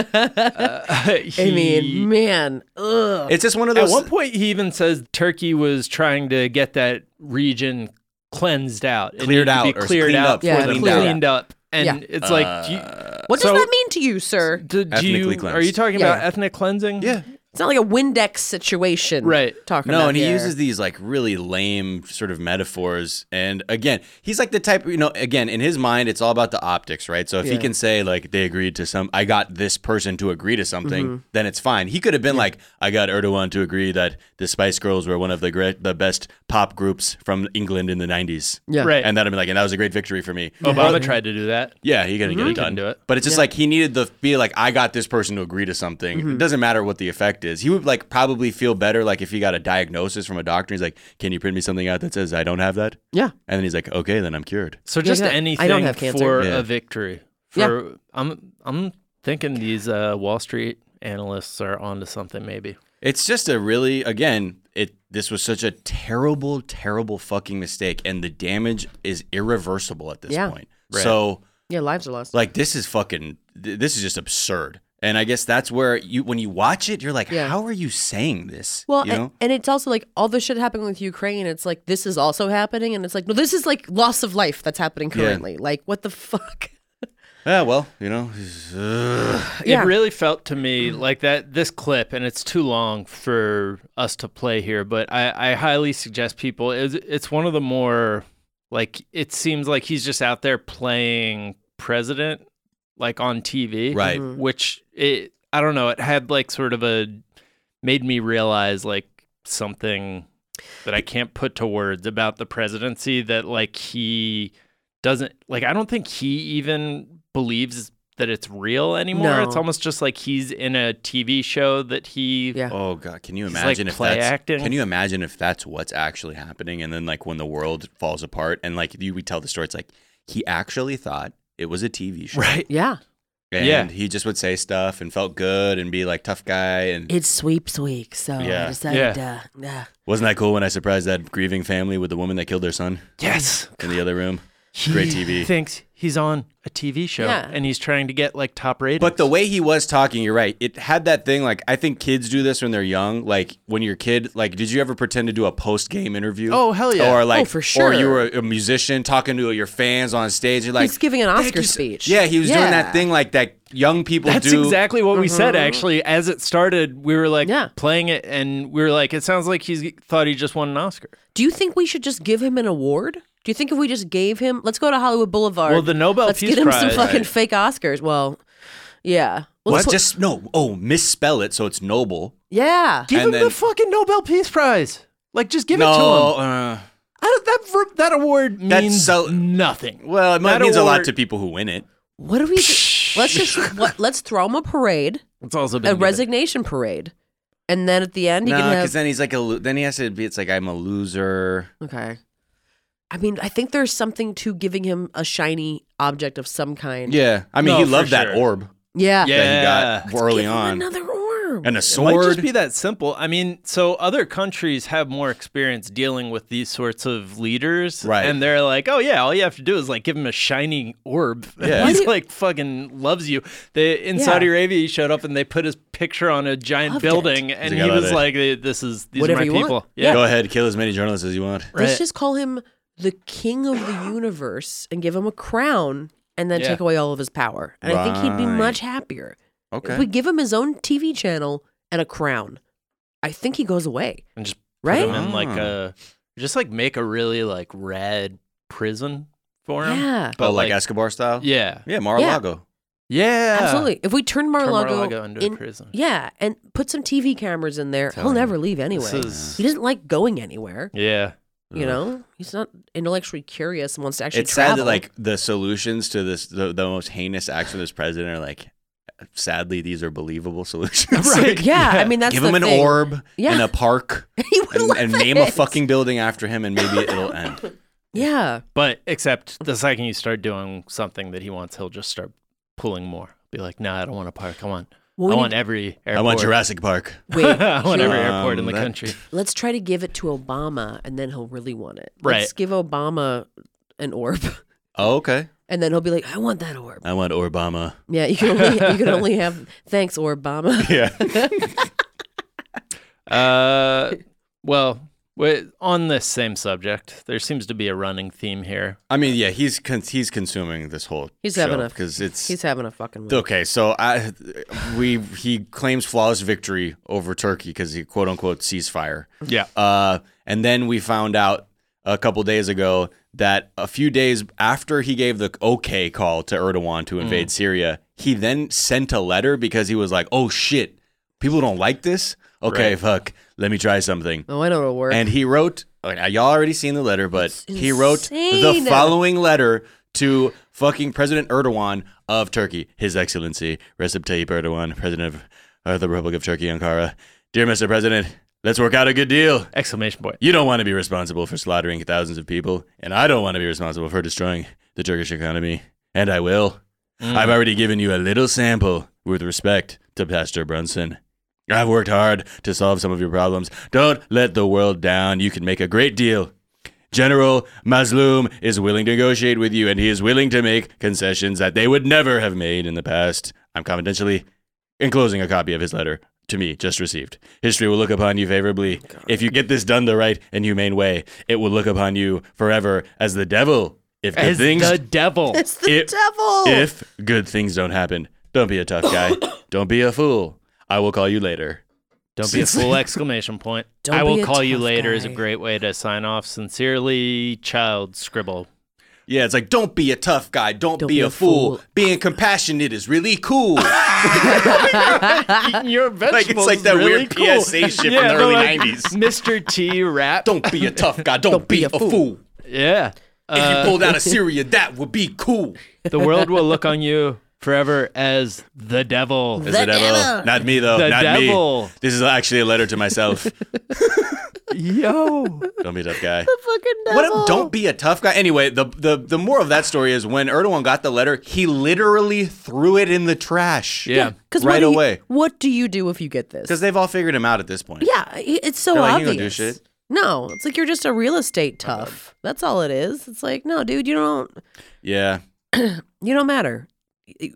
S1: He-
S3: I mean, man, ugh.
S2: It's just one of
S1: At
S2: those.
S1: one point, he even says Turkey was trying to get that region cleansed out, It
S2: Cleared
S1: needed to
S2: out
S1: be
S2: or
S1: cleared
S2: cleaned
S1: out,
S2: up,
S1: for
S3: yeah,
S1: them
S3: cleaned out.
S1: cleaned up, and
S3: Yeah.
S1: it's like, do you,
S3: what does
S1: so-
S3: that mean to you, sir?
S1: do, do
S2: Uh, Ethnically
S1: you
S2: cleansed.
S1: are you talking
S3: Yeah,
S1: about
S3: yeah.
S1: ethnic cleansing?
S2: yeah.
S3: It's not like a Windex situation,
S1: Right.
S3: Talking
S2: No,
S3: about
S2: and he
S3: here.
S2: uses these like really lame sort of metaphors. And again, he's like the type, you know, again, in his mind, it's all about the optics, right? So if he
S3: Yeah.
S2: can say, like, they agreed to some, I got this person to agree to something,
S3: Mm-hmm.
S2: then it's fine. He could have been like, I got Erdogan to agree that the Spice Girls were one of the great, the best pop groups from England in the 90s.
S3: yeah.
S1: Right. Oh,
S2: And that'd be like, and that was a great victory for me.
S1: Obama tried to do that.
S2: Yeah, he gotta get
S3: Mm-hmm.
S2: it done.
S1: do it.
S2: But it's just like he needed to be like, I got this person to agree to something.
S3: Mm-hmm.
S2: It doesn't matter what the effect is. He would like probably feel better like if he got a diagnosis from a doctor. He's like, Can you print me something out that says I don't have that?
S3: Yeah.
S2: And then he's like, Okay, then I'm cured.
S1: So just
S3: yeah. I don't
S1: anything
S3: have cancer.
S1: for
S2: Yeah.
S1: a victory.
S3: Yeah.
S1: For I'm I'm thinking these uh, Wall Street analysts are onto something maybe.
S2: It's just a really again, it this was such a terrible, terrible fucking mistake, and the damage is irreversible at this
S3: Yeah.
S2: point. So
S3: Yeah, lives are lost.
S2: like this is fucking th- this is just absurd. And I guess that's where you when you watch it, you're like,
S3: Yeah.
S2: How are you saying this?
S3: well,
S2: you
S3: and, and it's also like all the shit happening with Ukraine. It's like this is also happening, and it's like no, this is like loss of life that's happening currently. Like what the fuck?
S2: Yeah, well, you know,
S3: Yeah.
S1: It really felt to me like that this clip, and it's too long for us to play here, but I, I highly suggest people. It's, it's one of the more like it seems like he's just out there playing president, like on TV,
S2: Right.
S1: Which it I don't know. It had like sort of a made me realize like something that I can't put to words about the presidency that like he doesn't like I don't think he even believes that it's real anymore.
S3: No.
S1: It's almost just like he's in a TV show that he
S3: Yeah.
S2: Oh god, can you
S1: He's, like,
S2: imagine if
S1: play
S2: that's
S1: acting.
S2: can you imagine if that's what's actually happening and then like when the world falls apart and like you we tell the story it's like he actually thought it was a TV show.
S1: Right.
S3: Yeah,
S2: And
S1: Yeah.
S2: he just would say stuff and felt good and be like tough guy and
S3: it's sweeps week, so
S2: Yeah.
S3: I decided. Uh, uh,
S2: wasn't that cool when I surprised that grieving family with the woman that killed their son
S1: Yes.
S2: in the other room? Great
S1: He
S2: TV.
S1: Thinks he's on a TV show
S3: Yeah.
S1: and he's trying to get like top ratings.
S2: But the way he was talking, you're right. It had that thing like I think kids do this when they're young. Like when you're a kid, like did you ever pretend to do a post game interview?
S1: Oh, hell yeah.
S2: Or like
S3: Oh, for
S2: Or you
S3: sure.
S2: were a musician talking to your fans on stage. You're like
S3: He's giving an
S2: "Thank
S3: Oscar
S2: you so-"
S3: speech.
S2: Yeah, he was doing that
S3: Yeah.
S2: thing like that young people
S1: That's
S2: do.
S1: exactly what we said actually. As it started, we were like
S3: Yeah.
S1: playing it and we were like, it sounds like he thought he just won an Oscar.
S3: Do you think we should just give him an award? Do you think if we just gave him, let's go to Hollywood Boulevard.
S1: Well, the Nobel
S3: Let's
S1: Peace
S3: get him some
S1: Prize.
S3: fucking
S1: Right.
S3: fake Oscars. Well, yeah. Let's
S2: Let's
S3: put-
S2: just no. Oh, misspell it so it's noble.
S3: yeah.
S1: Give
S2: And
S1: him
S2: then-
S1: the fucking Nobel Peace Prize. Like, just give it
S2: no.
S1: to him.
S2: uh,
S1: I don't, that ver- that award
S2: That's
S1: means
S2: so-
S1: nothing.
S2: well, it might-
S1: That
S2: means a lot
S1: award-
S2: to people who win it.
S3: What do we? do? let's just what, let's throw him a parade,
S1: It's also been
S3: a
S1: given.
S3: resignation parade, and then at the end he
S2: No,
S3: can
S2: because
S3: have.
S2: then he's like a. lo- Then he has to be. It's like I'm a loser.
S3: okay. I mean, I think there's something to giving him a shiny object of some kind.
S2: Yeah, I mean
S1: No,
S2: he
S1: for
S2: loved
S1: sure.
S2: that orb
S3: Yeah.
S1: Yeah.
S2: that he got early
S3: Give him
S2: on,
S3: another orb.
S2: and a
S1: It might
S2: sword.
S1: just be that simple. I mean, so other countries have more experience dealing with these sorts of leaders,
S2: Right.
S1: And they're like, "Oh yeah, all you have to do is like give him a shining orb.
S2: Yeah.
S1: He's
S3: Why do-
S1: like fucking loves you." They in
S3: Yeah.
S1: Saudi Arabia, he showed up and they put his picture on a giant
S3: Loved
S1: building, and he
S2: like, "I love
S1: was
S2: it."
S1: like, "This is these
S3: Whatever
S1: are
S3: you
S1: my
S3: want.
S1: people."
S3: Yeah.
S2: Go ahead, kill as many journalists as you want.
S1: Right.
S3: Let's just call him the king of the universe and give him a crown and then
S1: Yeah.
S3: take away all of his power. And I think he'd be
S2: Right.
S3: much happier.
S2: Okay.
S3: If we give him his own TV channel and a crown, I think he goes away.
S1: and just
S3: Right?
S1: put him in like
S2: Ah.
S1: a just like make a really like rad prison for him.
S3: Yeah.
S2: oh, like, Escobar style?
S1: yeah,
S2: Yeah, Mar-a-Lago.
S1: yeah,
S3: Absolutely. If we turn Mar-a-Lago,
S1: Mar-a-Lago into a
S3: in-
S1: prison.
S3: Yeah, and put some TV cameras in there.
S2: Telling
S3: He'll
S2: you.
S3: never leave anyway.
S1: This is-
S3: He doesn't like going anywhere.
S1: yeah.
S3: You
S2: Uh-huh.
S3: know, he's not intellectually curious and wants to actually
S2: It's sad
S3: travel.
S2: that like the solutions to this the, the most heinous acts of this president are like sadly these are believable solutions.
S1: Right.
S3: yeah, I mean that's
S2: Give
S3: the
S2: him an
S3: thing.
S2: orb
S3: Yeah.
S2: and a park
S3: He would
S2: and,
S3: love
S2: and name a
S3: it.
S2: fucking building after him and maybe it'll end.
S3: Yeah,
S1: But except the second you start doing something that he wants, he'll just start pulling more. Be like, nah, I don't want a park. I want,
S3: Well, we
S1: I want
S3: need-
S1: every airport.
S2: I want Jurassic Park.
S3: wait.
S1: I want every
S2: Um,
S1: airport in the
S2: that-
S1: country.
S3: Let's try to give it to Obama, and then he'll really want it. Let's
S1: Right.
S3: give Obama an orb,
S2: Oh, okay.
S3: and then he'll be like, "I want that orb."
S2: I want Obama.
S3: Yeah, you can only you can only have thanks Obama.
S2: Yeah.
S1: Uh, well, wi- on this same subject, there seems to be a running theme here.
S2: I mean, yeah, he's con- he's consuming this whole
S3: He's having a-
S2: because it's
S3: He's having a fucking. week.
S2: Okay, so I we he claims flawless victory over Turkey because he quote unquote ceasefire.
S1: Yeah.
S2: Uh, and then we found out a couple days ago that a few days after he gave the okay call to Erdogan to
S1: Mm.
S2: invade Syria, he then sent a letter because he was like, "Oh shit, people don't like this. Okay,
S1: Right.
S2: fuck, let me try something."
S3: Oh, I know it'll work.
S2: And he wrote, uh, y'all already seen the letter, but he wrote the
S3: insane.
S2: following letter to fucking President Erdogan of Turkey, His Excellency Recep Tayyip Erdogan, President of uh, the Republic of Turkey, Ankara. Dear Mr. President, let's work out a good deal.
S1: Exclamation point.
S2: You don't want to be responsible for slaughtering thousands of people, and I don't want to be responsible for destroying the Turkish economy, and I will.
S1: Mm.
S2: I've already given you a little sample with respect to Pastor Brunson. I've worked hard to solve some of your problems. Don't let the world down. You can make a great deal. General Mazlum is willing to negotiate with you, and he is willing to make concessions that they would never have made in the past. I'm confidentially enclosing a copy of his letter to me just received. History will look upon you favorably.
S1: Oh,
S2: If you get this done the right and humane way, it will look upon you forever as the devil. If good
S1: As
S2: things
S1: the devil.
S3: it's the
S2: if-
S3: devil.
S2: if good things don't happen, don't be a tough guy. don't be a fool. I will call you later.
S1: Don't be a fool! Exclamation point.
S3: Don't
S1: I
S3: be
S1: will
S3: a
S1: call you
S3: tough
S1: later is a
S3: guy.
S1: great way to sign off. Sincerely, child scribble.
S2: Yeah, it's like don't be a tough guy. Don't, be, a, fool. Being compassionate is really cool.
S1: eating your vegetables.
S2: it's like that
S1: is really
S2: weird
S1: cool.
S2: PSA shit from the
S1: they're
S2: early
S1: like,
S2: 90s.
S1: Mr. T rap.
S2: don't be a tough guy. Don't, be, a fool.
S1: Yeah.
S2: If
S1: Uh,
S2: you pulled out of Syria, that would be cool.
S1: the world will look on you forever as the devil.
S2: Is it devil? Not me though.
S1: The
S2: Not me.
S1: devil.
S2: This is actually a letter to myself.
S1: Yo.
S2: don't be a tough guy.
S3: fucking devil.
S2: What a, don't be a tough guy. Anyway, the, the the more of that story is when Erdogan got the letter, he literally threw it in the trash.
S1: Yeah.
S3: 'Cause
S2: right
S3: what do you-
S2: away.
S3: What do you do if you get
S2: Because
S3: this?
S2: they've all figured him out at this point.
S3: Yeah, i- it's so
S2: They're like, "He ain't
S3: obvious.
S2: gonna do shit.
S3: No, it's like you're just a real estate tough. That's all it is. It's like, no, dude, you don't
S2: Yeah.
S3: you don't matter.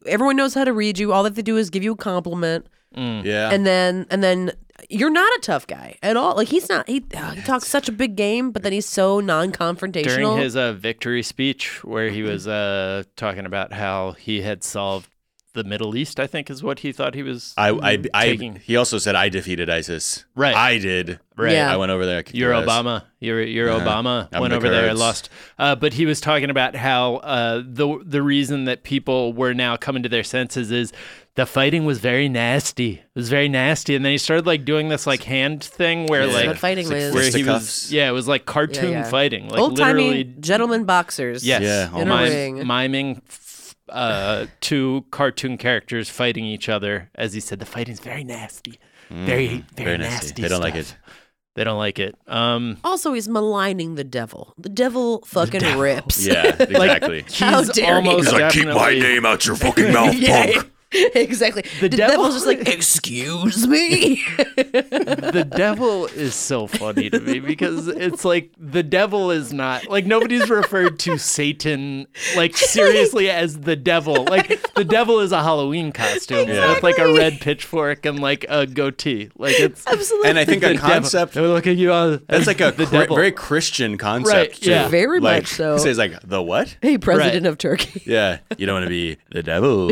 S3: Everyone knows how to read you. All they have to do is give you a compliment,
S1: Mm.
S2: Yeah.
S3: and then and then you're not a tough guy at all. Like he's not. He, uh, he talks such a big game, but then he's so non-confrontational.
S1: during his uh, victory speech where he was uh, talking about how he had solved the Middle East, I think is what he thought he was.
S2: I, I, I,
S1: Mm. Taking-
S2: he also said I defeated ISIS.
S1: Right.
S2: I did.
S1: Right.
S3: Yeah.
S2: I went over there. I kicked
S1: You're
S2: their ass.
S1: Obama. You're, you're Obama.
S2: Uh-huh. I'm
S1: went
S2: the
S1: over there and
S2: Kurds.
S1: lost. Uh, but he was talking about how uh, the the reason that people were now coming to their senses is the fighting was very nasty. It was very nasty. And then he started like doing this like hand thing where
S2: Yeah.
S3: That's
S1: like
S3: what fighting
S2: Like
S3: is.
S1: where he was
S2: Fisticuffs.
S1: yeah, it was like cartoon
S3: yeah.
S1: fighting, like
S3: Old timey
S1: literally
S3: gentlemen boxers.
S1: Yes.
S2: Yeah,
S3: In a
S1: mime-
S3: ring.
S1: miming f- uh, two cartoon characters fighting each other. As he said, the fighting's very nasty. Very, very,
S2: Mm, Very nasty.
S1: nasty.
S2: They don't like
S1: stuff.
S2: it.
S1: They don't like it. Um,
S3: Also, he's maligning the devil. The devil fucking rips.
S2: Yeah, exactly.
S3: How
S1: he's
S3: dare you.
S1: almost
S3: He's
S1: definitely-
S2: out your fucking mouth,
S3: Yeah, exactly. The,
S1: devil-
S3: devil's just like, excuse me.
S1: the devil is so funny to me because it's like the devil is not like nobody's referred to Satan like seriously as the devil. Like the devil is a Halloween costume with like a red pitchfork and like a goatee. Like it's
S3: Absolutely.
S2: And I think
S1: the
S2: a
S1: devil-
S2: concept
S1: They were looking at you all.
S2: that's like a
S1: the
S2: cri-
S1: devil.
S2: very Christian concept.
S1: Right,
S2: too.
S1: yeah.
S3: Very
S2: Like,
S3: much so.
S2: He says like the what?
S3: hey, president
S1: Right.
S3: of Turkey.
S2: Yeah, you don't want to be the devil.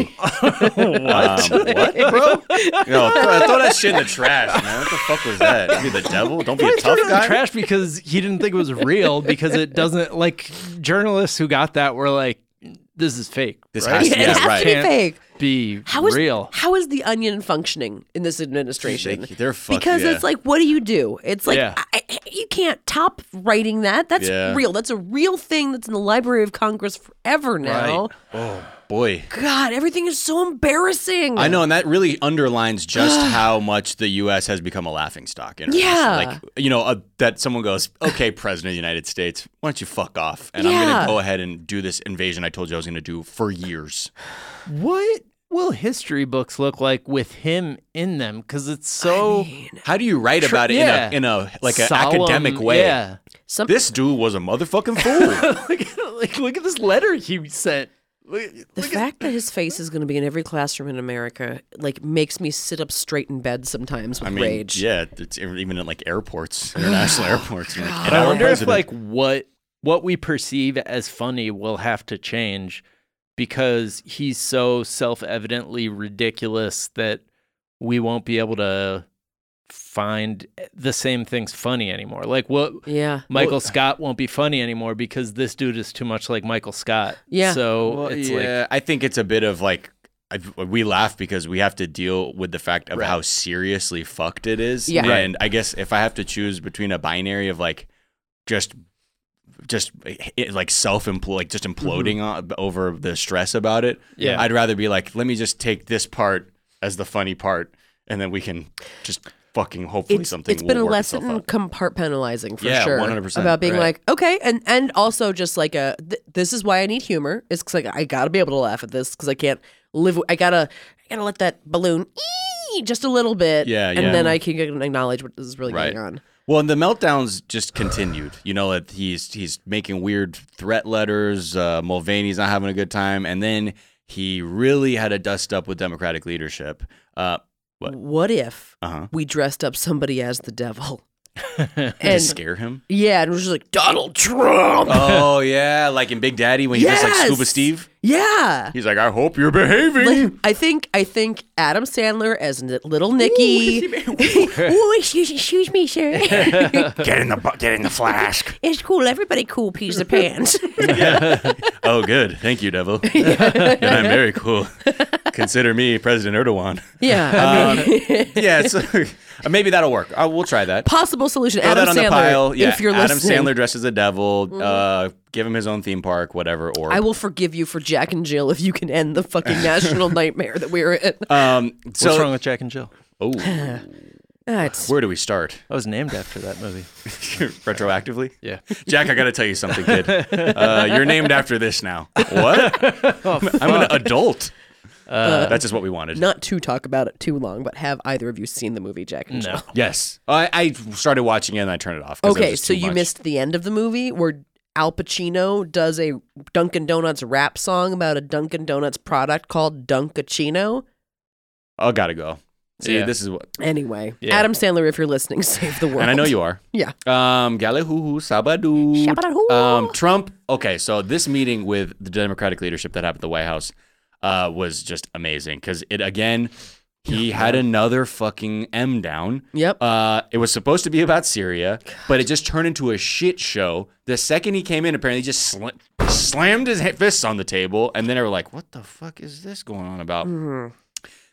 S2: what? Um, what, bro? No, throw, throw that shit in the trash, man. What the fuck was that? Be the devil? Don't be a tough
S1: It's
S2: guy.
S1: trash because he didn't think it was real because it doesn't like journalists who got that were like this is fake.
S2: This
S1: right?
S2: has to-
S1: It
S2: Yeah,
S3: it has
S2: right.
S3: to be
S1: can't
S3: fake.
S1: Be
S3: How is
S1: real.
S3: How is the onion functioning in this administration?
S2: They- they're fucked,
S3: because
S2: yeah.
S3: it's like, what do you do? It's like
S1: Yeah.
S3: I, I- you can't top writing that. That's
S2: Yeah.
S3: real. That's a real thing. That's in the Library of Congress forever now.
S2: Right. Oh boy.
S3: God, everything is so embarrassing.
S2: I know, and that really underlines just how much the U.S. has become a laughingstock. internationally.
S3: Yeah.
S2: like you know, uh, that someone goes, "Okay, President of the United States, why don't you fuck off?" And I'm
S3: Yeah.
S2: going to go ahead and do this invasion I told you I was going to do for years.
S1: What will history books look like with him in them? Because it's so
S2: How do you write about it
S1: yeah.
S2: in a in a like an
S1: solemn.
S2: academic way?
S1: Yeah.
S3: Some,
S2: This dude was a motherfucking fool.
S1: Look at, like, look at this letter he sent. Look,
S3: the fact that his face is going to be in every classroom in America like makes me sit up straight in bed sometimes with
S2: I mean,
S3: rage.
S2: yeah, it's even at like airports, international airports. you're like, and
S1: I
S2: our
S1: wonder if
S2: president-
S1: like what what we perceive as funny will have to change because he's so self-evidently ridiculous that we won't be able to find the same things funny anymore. Like what
S3: Yeah.
S1: Michael Scott won't be funny anymore because this dude is too much like Michael Scott.
S3: Yeah.
S1: So
S2: Well,
S1: it's like
S2: yeah, I think it's a bit of like I, we laugh because we have to deal with the fact of how seriously fucked it is.
S3: Yeah. Right.
S2: and I guess if I have to choose between a binary of like just just it, like self implode like just imploding
S3: Mm-hmm.
S2: on, over the stress about it.
S1: Yeah.
S2: I'd rather be like, let me just take this part as the funny part, and then we can just fucking hopefully
S3: it's,
S2: something.
S3: it's been
S2: will
S3: a
S2: work
S3: lesson
S2: itself
S3: in
S2: out.
S3: compartmentalizing for
S2: Yeah,
S3: sure
S2: 100%,
S3: about being
S2: right.
S3: like okay and and also just like a th- this is why i need humor it's 'cause, like i gotta be able to laugh at this because i can't live w- i gotta i gotta let that balloon ee, just a little bit
S2: Yeah,
S3: and
S2: yeah.
S3: then i can acknowledge what is really
S2: Right.
S3: going on
S2: Well, and the meltdowns just continued. You know, that he's he's making weird threat letters. Uh, Mulvaney's not having a good time, and then he really had a dust up with Democratic leadership. Uh, what?
S3: what if
S2: Uh huh.
S3: we dressed up somebody as the devil
S2: To
S3: and
S2: scare him?
S3: yeah and we're just like donald trump
S2: oh yeah, like in Big Daddy when he was like Scuba
S3: Yes!
S2: Steve.
S3: yeah
S2: He's like, I hope you're behaving.
S3: Like, I think I think Adam Sandler as N- Little Nicky. Ooh, excuse, excuse me, sir.
S2: get in the bu- get in the flask.
S3: It's cool. Everybody cool piece of pants.
S2: oh, good. Thank you, Devil. and I'm very cool. Consider me President Erdogan.
S3: yeah.
S2: Uh,
S3: I mean,
S2: yeah, so maybe that'll work. Uh, we'll try that.
S3: possible solution.
S2: Throw
S3: Adam
S2: that on
S3: Sandler.
S2: the pile. Yeah.
S3: If you're
S2: Adam
S3: listening, Mm-hmm.
S2: Sandler dresses the devil. Uh, give him his own theme park, whatever. Or
S3: I will forgive you for Jack and Jill if you can end the fucking national nightmare that we're in.
S2: um, so
S1: what's wrong with Jack and Jill?
S2: oh,
S3: Ah, it's-
S2: where do we start?
S1: I was named after that movie.
S2: Retroactively,
S1: Yeah.
S2: Jack. I gotta tell you something,
S3: Oh,
S2: kid. Uh, you're named after this now. What? I'm an adult. That's just what we wanted.
S3: Not to talk about it too long, but have either of you seen the movie Jack and
S1: No.
S3: Jill?
S2: Yes, I, I started watching it and I turned it off. 'cause it was
S3: Okay,
S2: just
S3: so
S2: too
S3: you
S2: much.
S3: missed the end of the movie where Al Pacino does a Dunkin' Donuts rap song about a Dunkin' Donuts product called Dunkachino.
S2: Oh, gotta go. See,
S1: Yeah.
S2: this is what,
S3: Anyway,
S1: Yeah.
S3: Adam Sandler, if you're listening, save the world.
S2: and I know you are.
S3: Yeah.
S2: Um, Galehuhu, Sabadu.
S3: Shabadoo.
S2: Um, Trump. Okay, so this meeting with the Democratic leadership that happened at the White House uh, was just amazing because it again, he had another fucking M down.
S3: Yep.
S2: Uh, it was supposed to be about Syria, but it just turned into a shit show. The second he came in, apparently, he just sl- slammed his he- fists on the table, and then they were like, "What the fuck is this going on about?"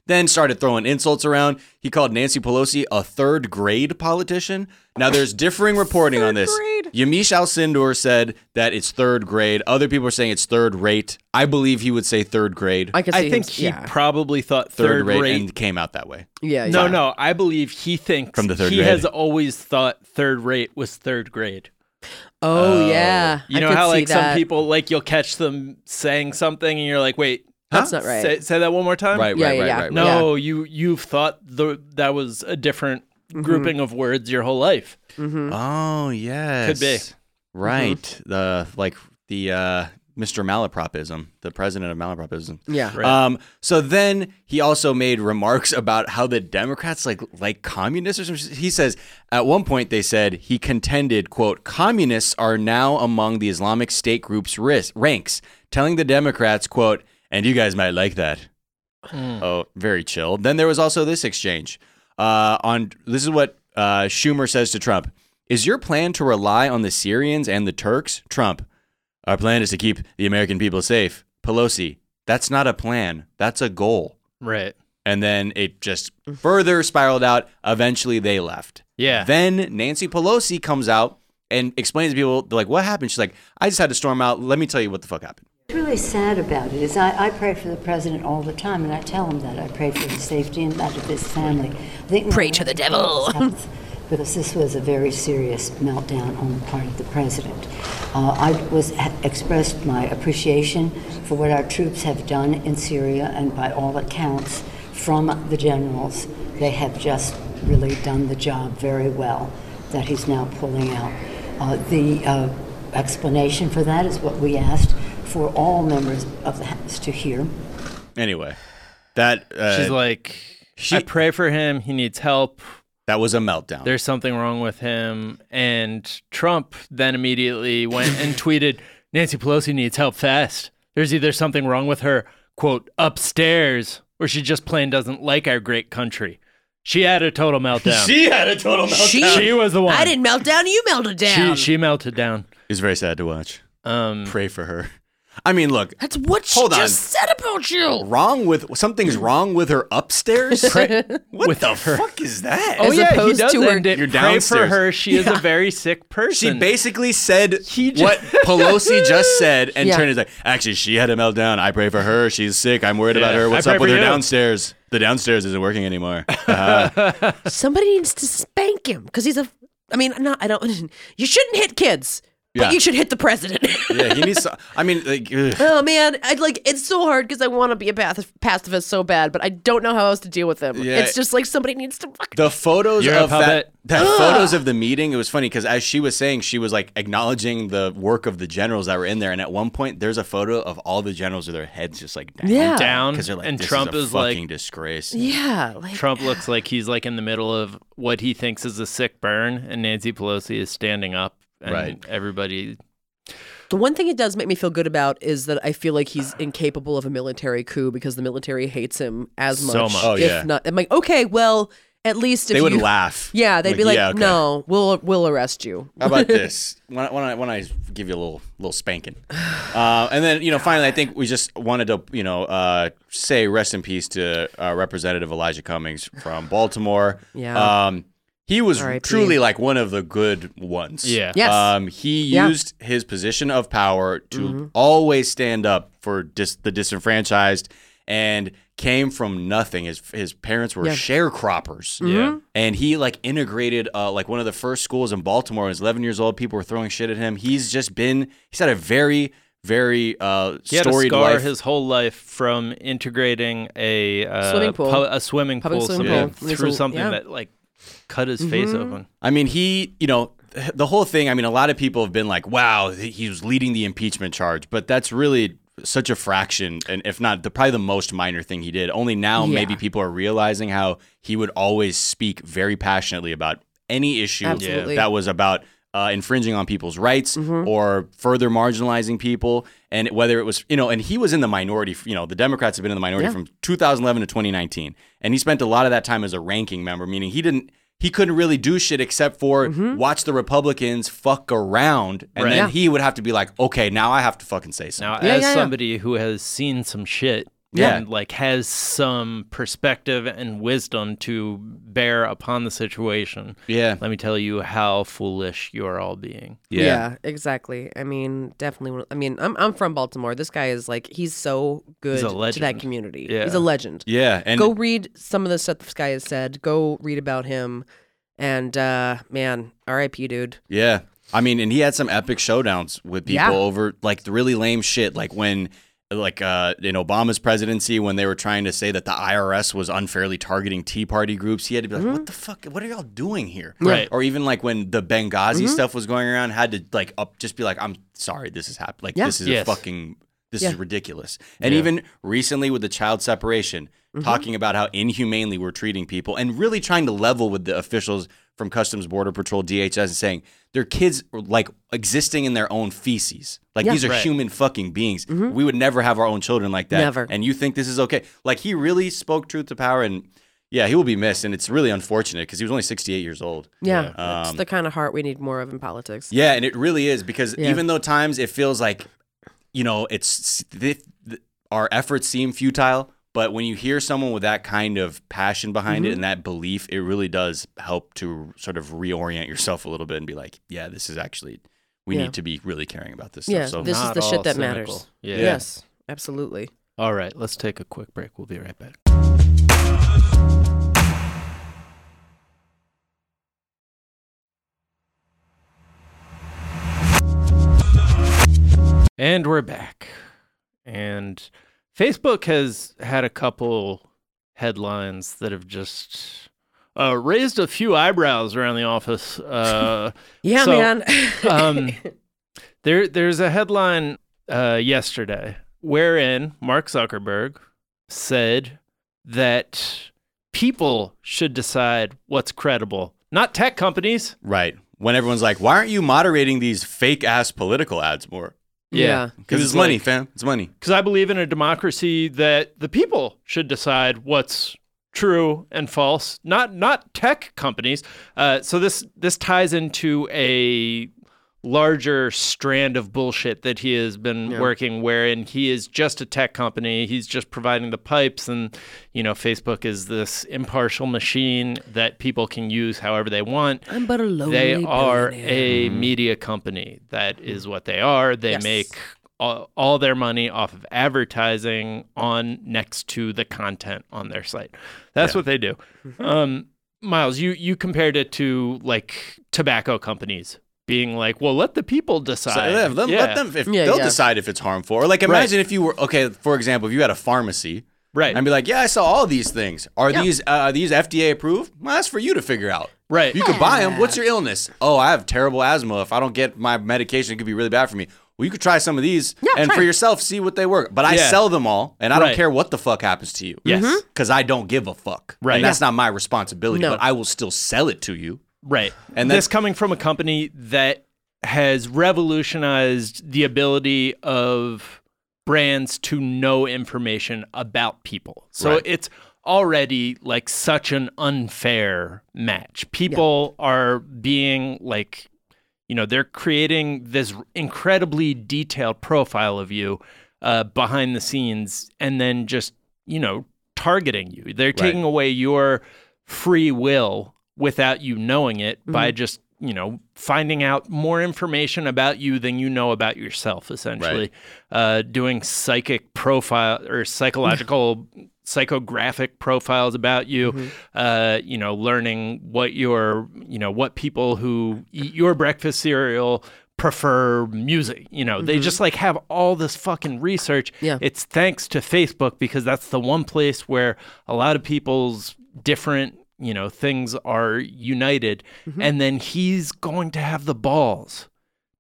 S2: Then started throwing insults around. He called Nancy Pelosi a third grade politician. Now there's differing reporting on this. Yamiche Alcindor said that it's third grade. Other people are saying it's third rate. I believe he would say third grade.
S3: I can see
S1: I think
S3: him-
S1: he
S3: yeah.
S1: probably thought
S2: third,
S1: third,
S2: rate,
S1: rate.
S2: and came out that way.
S3: yeah,
S1: no,
S3: yeah.
S1: no, I believe he thinks
S2: From the third
S1: he
S2: grade.
S1: has always thought third rate was third grade.
S3: Oh, yeah.
S1: You
S3: I
S1: know
S3: could
S1: how
S3: see
S1: like some
S3: that.
S1: people like you'll catch them saying something and you're like, wait,
S3: That's not right.
S1: Say, say that one more time.
S2: Right,
S3: Yeah,
S2: right,
S3: yeah,
S2: right,
S3: yeah. Mm-hmm.
S2: right, right.
S1: No, you you've thought the, that was a different grouping of words your whole life.
S2: Oh yes,
S1: Mm-hmm. Could be. Mm-hmm.
S2: Right. The like the uh, Mr. Malapropism, the president of Malapropism.
S3: Yeah.
S1: Right.
S2: Um. So then he also made remarks about how the Democrats like like communists or something. He says at one point they said he contended quote communists are now among the Islamic State group's ris- ranks, telling the Democrats quote and you guys might like that. Oh, very chill. Then there was also this exchange. Uh, on this is what uh, Schumer says to Trump: Is your plan to rely on the Syrians and the Turks? Trump: Our plan is to keep the American people safe. Pelosi: That's not a plan. That's a goal.
S1: Right.
S2: And then it just further spiraled out. Eventually, they left.
S1: Yeah.
S2: Then Nancy Pelosi comes out and explains to people, they're like, "What happened?" She's like, "I just had to storm out. Let me tell you what the fuck happened."
S6: What's really sad about it is I, I pray for the president all the time, and I tell him that I pray for his safety and that of his family. I think
S3: Pray to the devil.
S6: health, because this was a very serious meltdown on the part of the president. Uh, I was ha- expressed my appreciation for what our troops have done in Syria, and by all accounts, from the generals, they have just really done the job very well that he's now pulling out. Uh, the uh, explanation for that is what we asked for all members of the House to hear.
S2: Anyway, that uh,
S1: She's like,
S2: she-
S1: I pray for him. He needs help.
S2: that was a meltdown.
S1: There's something wrong with him. And Trump then immediately went and tweeted, Nancy Pelosi needs help fast. There's either something wrong with her, quote, upstairs, or she just plain doesn't like our great country. She had a total meltdown. she,
S2: had a total
S3: She,
S1: was the one.
S3: I didn't melt down, you melted
S1: She,
S3: down.
S1: she melted down.
S2: It's very sad to watch.
S1: Um,
S2: Pray for her. I mean, look,
S3: That's what she
S2: Hold on.
S3: just said about you.
S2: wrong with something's wrong with her upstairs. what
S1: Mm. With
S2: the
S1: her.
S2: fuck is that?
S1: oh,
S3: As
S1: yeah, he
S3: opposed
S1: does
S3: to her-
S1: end it.
S2: You're
S1: pray for
S2: downstairs.
S1: her. She is a very sick
S2: she
S1: person.
S2: basically said
S1: He
S2: what
S1: just-
S2: Pelosi just said and
S3: Yeah.
S2: turned it like, actually, she had a meltdown. I pray for her. She's sick. I'm worried about
S1: Yeah.
S2: her.
S1: I
S2: What's
S1: pray
S2: up with
S1: for
S2: her
S1: you."
S2: downstairs? The downstairs isn't working anymore.
S3: Somebody needs to spank him because he's a. I mean, not. I don't. You shouldn't hit kids,
S2: Yeah.
S3: but you should hit the president.
S2: yeah, he needs. Some, I mean, like, ugh.
S3: Oh man, I like it's so hard because I want to be a path- pacifist so bad, but I don't know how else to deal with him.
S2: Yeah.
S3: It's just like somebody needs to fucking.
S2: the photos
S1: You're a
S2: of that,
S1: puppet.
S2: that photos of the meeting it was funny because as she was saying she was like acknowledging the work of the generals that were in there and at one point there's a photo of all the generals with their heads just like down
S3: Yeah.
S1: down.
S2: because they're like
S1: and
S2: this
S1: Trump
S2: is, a
S1: is
S2: fucking
S1: like,
S2: disgrace
S3: Yeah, like
S1: Trump looks like he's like in the middle of what he thinks is a sick burn, and Nancy Pelosi is standing up, and
S2: Right.
S1: everybody.
S3: the one thing it does make me feel good about is that I feel like he's incapable of a military coup because the military hates him as much.
S1: So much. Oh,
S3: if
S2: yeah.
S3: not, I'm like, okay, well, at least if
S2: they would
S3: you-
S2: laugh
S3: Yeah, they'd be like,
S2: "Yeah, okay."
S3: no, we'll we'll arrest you.
S2: How about this? Why don't, why, don't I, why don't I give you a little little spanking? Uh, and then, you know, finally, I think we just wanted to, you know, uh, say rest in peace to uh, Representative Elijah Cummings from Baltimore.
S3: Yeah.
S2: Um, he was
S3: R.I.P..
S2: truly like one of the good ones.
S1: Yeah.
S3: Yes.
S2: Um, he
S3: Yeah. Mm-hmm.
S2: used his position of power to always stand up for dis- the disenfranchised and came from nothing. His, his parents were
S3: Yeah. Mm-hmm.
S2: sharecroppers
S1: Yeah.
S2: and he like integrated uh, like one of the first schools in Baltimore. When he was 11 years old. People were throwing shit at him. He's just been he's had a very very uh,
S1: He had a
S2: storied
S1: scar
S2: life.
S1: his whole life from integrating a uh,
S3: Swimming pool.
S1: pu- a swimming
S3: Public
S1: pool,
S3: swimming
S1: something
S3: pool. There's
S1: through
S3: a-
S1: something
S3: yeah. Mm-hmm.
S1: that like cut his face open.
S2: I mean, he, you know, the whole thing. I mean, a lot of people have been like, "Wow, he was leading the impeachment charge," but that's really such a fraction, and if not, the probably the most minor thing he did. Only now,
S3: Yeah.
S2: maybe people are realizing how he would always speak very passionately about any issue
S3: Absolutely.
S2: that was about. Uh, infringing on people's rights
S1: Mm-hmm.
S2: or further marginalizing people, and whether it was you know, and he was in the minority. You know, the Democrats have been in the minority from 2011 to 2019, and he spent a lot of that time as a ranking member, meaning he didn't he couldn't really do shit except for watch the Republicans fuck around, and
S1: Mm-hmm. Right.
S2: then
S1: Yeah.
S2: he would have to be like, okay, now I have to fucking say something.
S1: Now,
S3: Yeah,
S1: as
S3: yeah, yeah.
S1: somebody who has seen some shit,
S2: Yeah.
S1: and like has some perspective and wisdom to bear upon the situation.
S2: yeah,
S1: Let me tell you how foolish you're all being.
S2: yeah,
S3: exactly. I mean, definitely. one- I mean, I'm I'm from Baltimore. This guy is like he's so good
S1: a
S3: to
S1: legend.
S3: that community.
S1: Yeah.
S3: He's a legend.
S2: Yeah, And
S3: Go read some of the stuff this guy has said. Go read about him. And uh man, R.I.P. Dude.
S2: Yeah. I mean, and he had some epic showdowns with people
S3: Yeah.
S2: over like the really lame shit, like when like uh in Obama's presidency when they were trying to say that the IRS was unfairly targeting Tea Party groups, he had to be like,
S3: Mm-hmm.
S2: What the fuck what are y'all doing here?
S1: Right.
S2: Or even like when the
S3: Mm-hmm.
S2: Benghazi stuff was going around, had to like up just be like, I'm sorry this has happened. Like
S3: Yeah.
S2: this is
S1: Yes.
S2: a fucking this is
S3: Yeah.
S2: ridiculous. And even recently with the child separation,
S3: Mm-hmm.
S2: talking about how inhumanely we're treating people and really trying to level with the officials from Customs Border Patrol, DHS, and saying their kids are like existing in their own feces. Like these are
S1: Right.
S2: human fucking beings. We would never have our own children like that.
S3: Mm-hmm. Never.
S2: And you think this is okay. Like he really spoke truth to power and yeah, he will be missed. And it's really unfortunate because he was only 68 years old.
S3: Yeah, that's the kind of heart we need more of in politics.
S2: Yeah, and it really is because
S3: Yeah.
S2: even though times it feels like, you know, it's th- th- our efforts seem futile, but when you hear someone with that kind of passion behind
S3: Mm-hmm.
S2: it and that belief, it really does help to sort of reorient yourself a little bit and be like, yeah, this is actually we
S3: Yeah.
S2: need to be really caring about this
S3: Yeah,
S2: stuff. So
S3: this is
S1: not
S3: the
S1: all
S3: shit that
S1: cynical.
S3: matters.
S1: Yeah.
S3: Yes, absolutely.
S1: All right, let's take a quick break. We'll be right back. And we're back. And Facebook has had a couple headlines that have just uh, raised a few eyebrows around the office. Uh,
S3: Yeah,
S1: So,
S3: man.
S1: um, there, there's a headline uh, yesterday wherein Mark Zuckerberg said that people should decide what's credible, not tech companies.
S2: right when everyone's like, why aren't you moderating these fake ass political ads more?
S3: Yeah.
S2: Because it's money, fam. It's money.
S1: Because I believe in a democracy that the people should decide what's true and false, not not tech companies. Uh, so this this ties into a larger strand of bullshit that he has been working wherein he is just a tech company he's just providing the pipes and you know facebook is this impartial machine that people can use however they want
S3: I'm but a lonely
S1: they are
S3: billionaire.
S1: a
S2: Mm-hmm.
S1: media company. That is what they are. They
S3: Yes.
S1: make all, all their money off of advertising on next to the content on their site. That's what they do.
S2: Mm-hmm.
S1: Um, Miles, you you compared it to like tobacco companies being like, well, let the people decide.
S2: So, yeah, let,
S1: Yeah.
S2: let them if
S3: Yeah,
S2: they'll
S3: yeah.
S2: decide if it's harmful. Or like imagine if you were okay, for example, if you had a pharmacy.
S1: Right.
S2: And be like, yeah, I saw all these things. Are these uh, are these FDA approved? Well, that's for you to figure out.
S1: Right.
S2: You could buy them. What's your illness? Oh, I have terrible asthma. If I don't get my medication, it could be really bad for me. Well, you could try some of these and for yourself see what they work. But I
S1: Yeah.
S2: sell them all, and I
S1: Right.
S2: don't care what the fuck happens to you.
S1: Yes. Mhm.
S2: Because I don't give a fuck.
S1: Right.
S2: And that's not my responsibility.
S3: No.
S2: But I will still sell it to you.
S1: Right. And
S2: And
S1: this
S2: that's-
S1: coming from a company that has revolutionized the ability of brands to know information about people. So
S2: Right.
S1: it's already like such an unfair match. People are being like you know, they're creating this incredibly detailed profile of you uh, behind the scenes and then just, you know, targeting you. They're taking away your free will without you knowing it by just, you know, finding out more information about you than you know about yourself, essentially. Uh, doing psychic profile or psychological. psychographic profiles about you uh you know learning what your you know what people who eat your breakfast cereal prefer music. You know, they just like have all this fucking research.
S3: Yeah.
S1: It's thanks to Facebook because that's the one place where a lot of people's different, you know, things are united. And then he's going to have the balls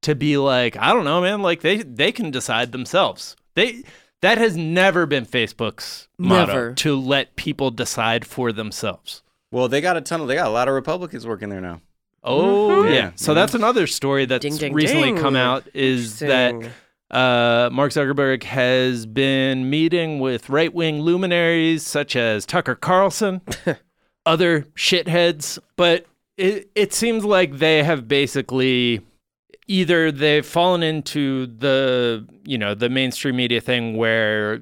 S1: to be like, I don't know, man, like they they can decide themselves. They that has never been Facebook's motto
S3: Never.
S1: to let people decide for themselves.
S2: Well, they got a ton of they got a lot of Republicans working there now.
S1: Oh yeah.
S2: Yeah.
S1: So that's another story that's
S3: Mm-hmm. Ding, ding,
S1: recently
S3: ding.
S1: come out is that
S3: Interesting.
S1: uh, Mark Zuckerberg has been meeting with right wing luminaries such as Tucker Carlson, other shitheads, but it it seems like they have basically either they've fallen into the you know the mainstream media thing where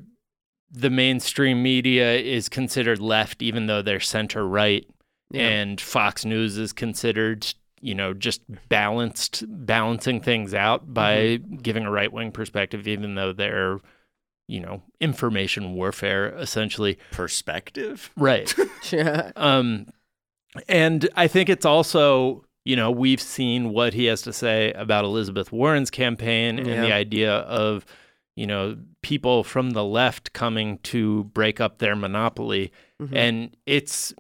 S1: the mainstream media is considered left even though they're center right and Fox News is considered you know just balanced balancing things out by giving a right wing perspective even though they're you know information warfare essentially
S2: Perspective.
S1: right
S3: Yeah.
S1: um, and I think it's also, you know, we've seen what he has to say about Elizabeth Warren's campaign and the
S3: Yeah.
S1: idea of, you know, people from the left coming to break up their monopoly. And it's,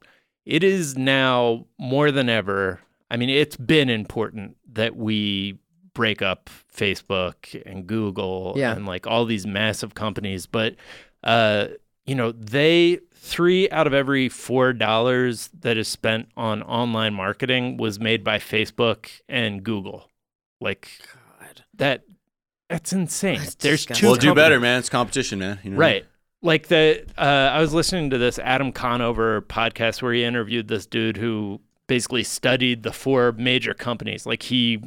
S1: it is now more than ever. I mean, it's been important that we break up Facebook and Google
S3: Yeah.
S1: and like all these massive companies, but uh, you know, they three out of every four dollars that is spent on online marketing was made by Facebook and Google. Like that, that's insane.
S3: That's
S1: There's two.
S3: disgusting.
S2: We'll do
S1: companies-
S2: better, man. It's competition, man. You know?
S1: Right. Like the uh, I was listening to this Adam Conover podcast where he interviewed this dude who basically studied the four major companies. Like he,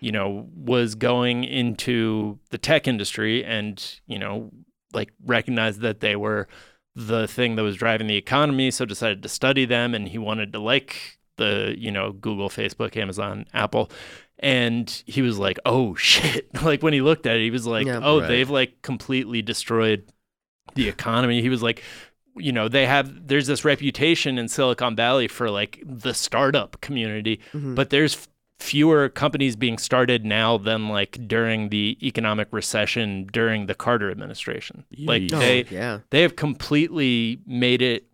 S1: you know, was going into the tech industry and, you know, like recognized that they were the thing that was driving the economy, so decided to study them and he wanted to like the, you know, Google, Facebook, Amazon, Apple. And he was like, "Oh shit." Like when he looked at it, he was like,
S3: Yeah.
S1: "Oh,
S2: Right.
S1: they've like completely destroyed the economy. He was like, you know, they have there's this reputation in Silicon Valley for like the startup community,
S2: Mm-hmm.
S1: but there's f- fewer companies being started now than like during the economic recession during the Carter administration. Like
S2: Yeesh.
S3: Oh,
S1: they
S3: yeah.
S1: they have completely made it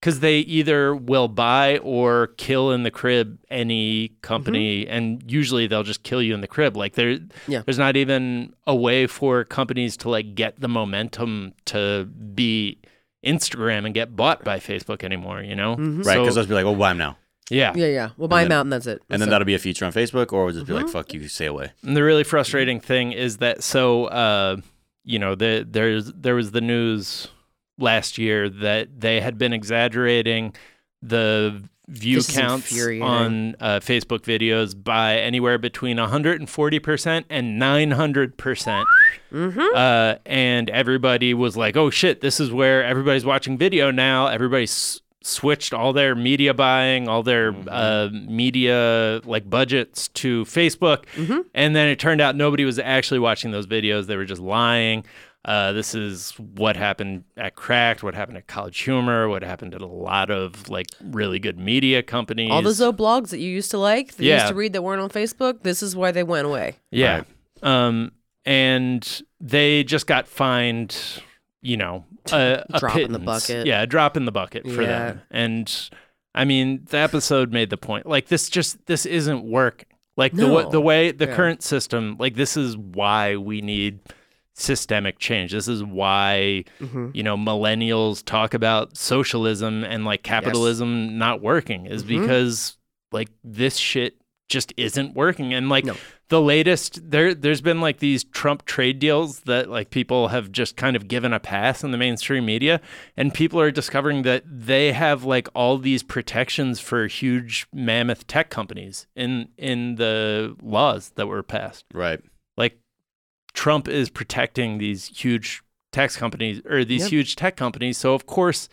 S1: because they either will buy or kill in the crib any company, and usually they'll just kill you in the crib. Like there,
S3: Yeah.
S1: there's not even a way for companies to like get the momentum to be Instagram and get bought by Facebook anymore. You know,
S2: Right. Because
S1: So,
S2: those be like, well, buy them now,
S1: yeah,
S3: Yeah, yeah. We'll buy
S2: then-
S3: them out and that's it.
S2: and then that'll be a feature on Facebook, or we'll just be
S3: Mm-hmm.
S2: like, fuck you, stay away.
S1: And the really frustrating thing is that so uh, you know the, there's there was the news last year that they had been exaggerating the view
S3: This is
S1: counts
S3: infuriating.
S1: on uh, Facebook videos by anywhere between 140% and 900%. percent
S3: Mm-hmm.
S1: Uh, and everybody was like, oh shit, this is where everybody's watching video now. Everybody's s- switched all their media buying, all their
S3: Mm-hmm.
S1: uh, media like budgets to Facebook.
S3: Mm-hmm.
S1: And then it turned out nobody was actually watching those videos. They were just lying. Uh, this is what happened at Cracked, what happened at College Humor, what happened at a lot of like really good media companies.
S3: All those old blogs that you used to like, that you
S1: Yeah.
S3: used to read that weren't on Facebook, this is why they went away.
S1: Yeah. Um, and they just got fined, you know, a, a
S3: Drop in the
S1: pittance.
S3: bucket.
S1: Yeah, a drop in the bucket for
S3: Yeah.
S1: them. And I mean, the episode made the point. Like this, just this isn't working. Like the wa-
S3: No.
S1: the way the
S3: Yeah.
S1: current system, like this is why we need systemic change. This is why
S3: Mm-hmm.
S1: you know millennials talk about socialism and like capitalism not working is because like this shit just isn't working and like
S3: No.
S1: the latest there there's been like these Trump trade deals that like people have just kind of given a pass in the mainstream media and people are discovering that they have like all these protections for huge mammoth tech companies in in the laws that were passed
S2: Right.
S1: like Trump is protecting these huge tax companies or these huge tech companies. So of course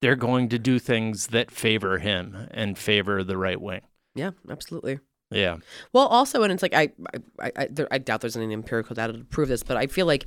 S1: they're going to do things that favor him and favor the right wing.
S3: Yeah, absolutely.
S1: Yeah.
S3: Well, also, and it's like I, I, I, I, there, I doubt there's any empirical data to prove this, but I feel like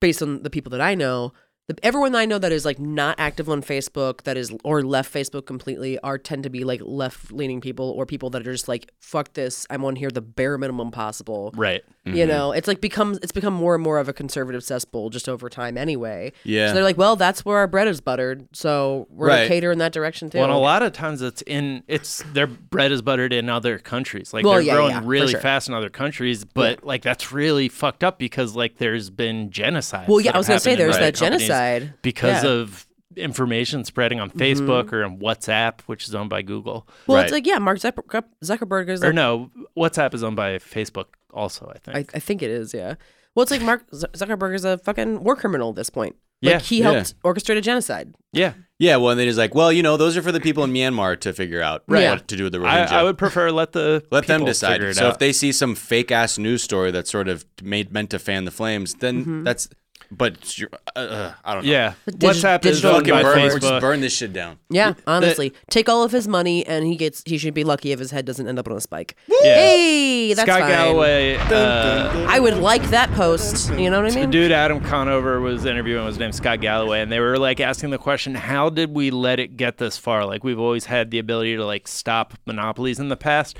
S3: based on the people that I know, The, everyone I know that is like not active on Facebook, that is or left Facebook completely, are tend to be like left leaning people or people that are just like fuck this. I'm on here the bare minimum possible.
S1: Right.
S2: Mm-hmm.
S3: You know, it's like becomes it's become more and more of a conservative cesspool just over time anyway.
S2: Yeah.
S3: So they're like, well, that's where our bread is buttered, so we're
S2: Right.
S3: gonna cater in that direction too.
S1: Well, and a lot of times it's in it's their bread is buttered in other countries. Like
S3: Well,
S1: they're
S3: yeah,
S1: growing
S3: yeah, for
S1: really
S3: sure.
S1: fast in other countries, but like that's really fucked up because like there's been genocide.
S3: Well, yeah, I was gonna say there's that genocide.
S1: because
S3: Yeah. Mm-hmm.
S1: of information spreading on Facebook or on WhatsApp, which is owned by Google.
S3: Well,
S2: Right.
S3: it's like yeah, Mark Zucker- Zuckerberg is
S1: Or
S3: like,
S1: no, WhatsApp is owned by Facebook also, I think.
S3: I, I think it is, yeah. Well, it's like Mark Z- Zuckerberg is a fucking war criminal at this point. Like,
S1: Yeah,
S3: he helped orchestrate a genocide.
S1: yeah.
S2: Yeah, well, and then he's like, well, you know, those are for the people in Myanmar to figure out
S3: Right.
S2: what to do with the
S1: I,
S2: Rohingya.
S1: I would prefer let the
S2: Let them
S1: people
S2: decide.
S1: figure it
S2: so
S1: out.
S2: if they see some fake ass news story that's sort of made meant to fan the flames, then
S3: Mm-hmm.
S2: that's. But it's your- uh, uh, I don't know.
S1: yeah,
S3: digi-
S1: WhatsApp is
S3: digital
S1: owned by
S2: fucking burn,
S1: Facebook.
S2: or just burn this shit down.
S3: Yeah, honestly, take all of his money, and he gets. He should be lucky if his head doesn't end up on a spike.
S1: Yeah.
S3: Hey, that's
S1: Scott
S3: fine.
S1: Galloway. uh,
S3: I would like that post. You know what I
S1: The
S3: mean?
S1: dude Adam Conover was interviewing his name Scott Galloway, and they were like asking the question, "How did we let it get this far? Like we've always had the ability to like stop monopolies in the past."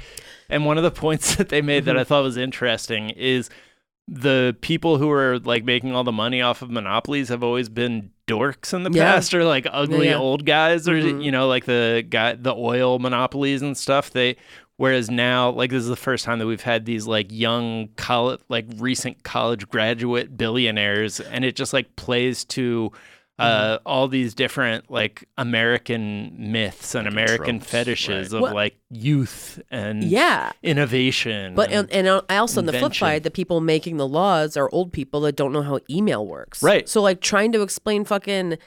S1: And one of the points that they made that
S3: Mm-hmm.
S1: I thought was interesting is the people who are like making all the money off of monopolies have always been dorks in the
S3: Yeah.
S1: past or like ugly
S3: yeah.
S1: old guys or you know like the guy the oil monopolies and stuff they whereas now like this is the first time that we've had these like young college like recent college graduate billionaires and it just like plays to uh, all these different like American myths and American
S2: tropes,
S1: fetishes of
S3: Well-
S1: like youth and
S3: Yeah.
S1: innovation.
S3: But
S1: and-
S3: and, and I also on the flip
S1: Invention.
S3: side, the people making the laws are old people that don't know how email works.
S1: Right.
S3: So like trying to explain fucking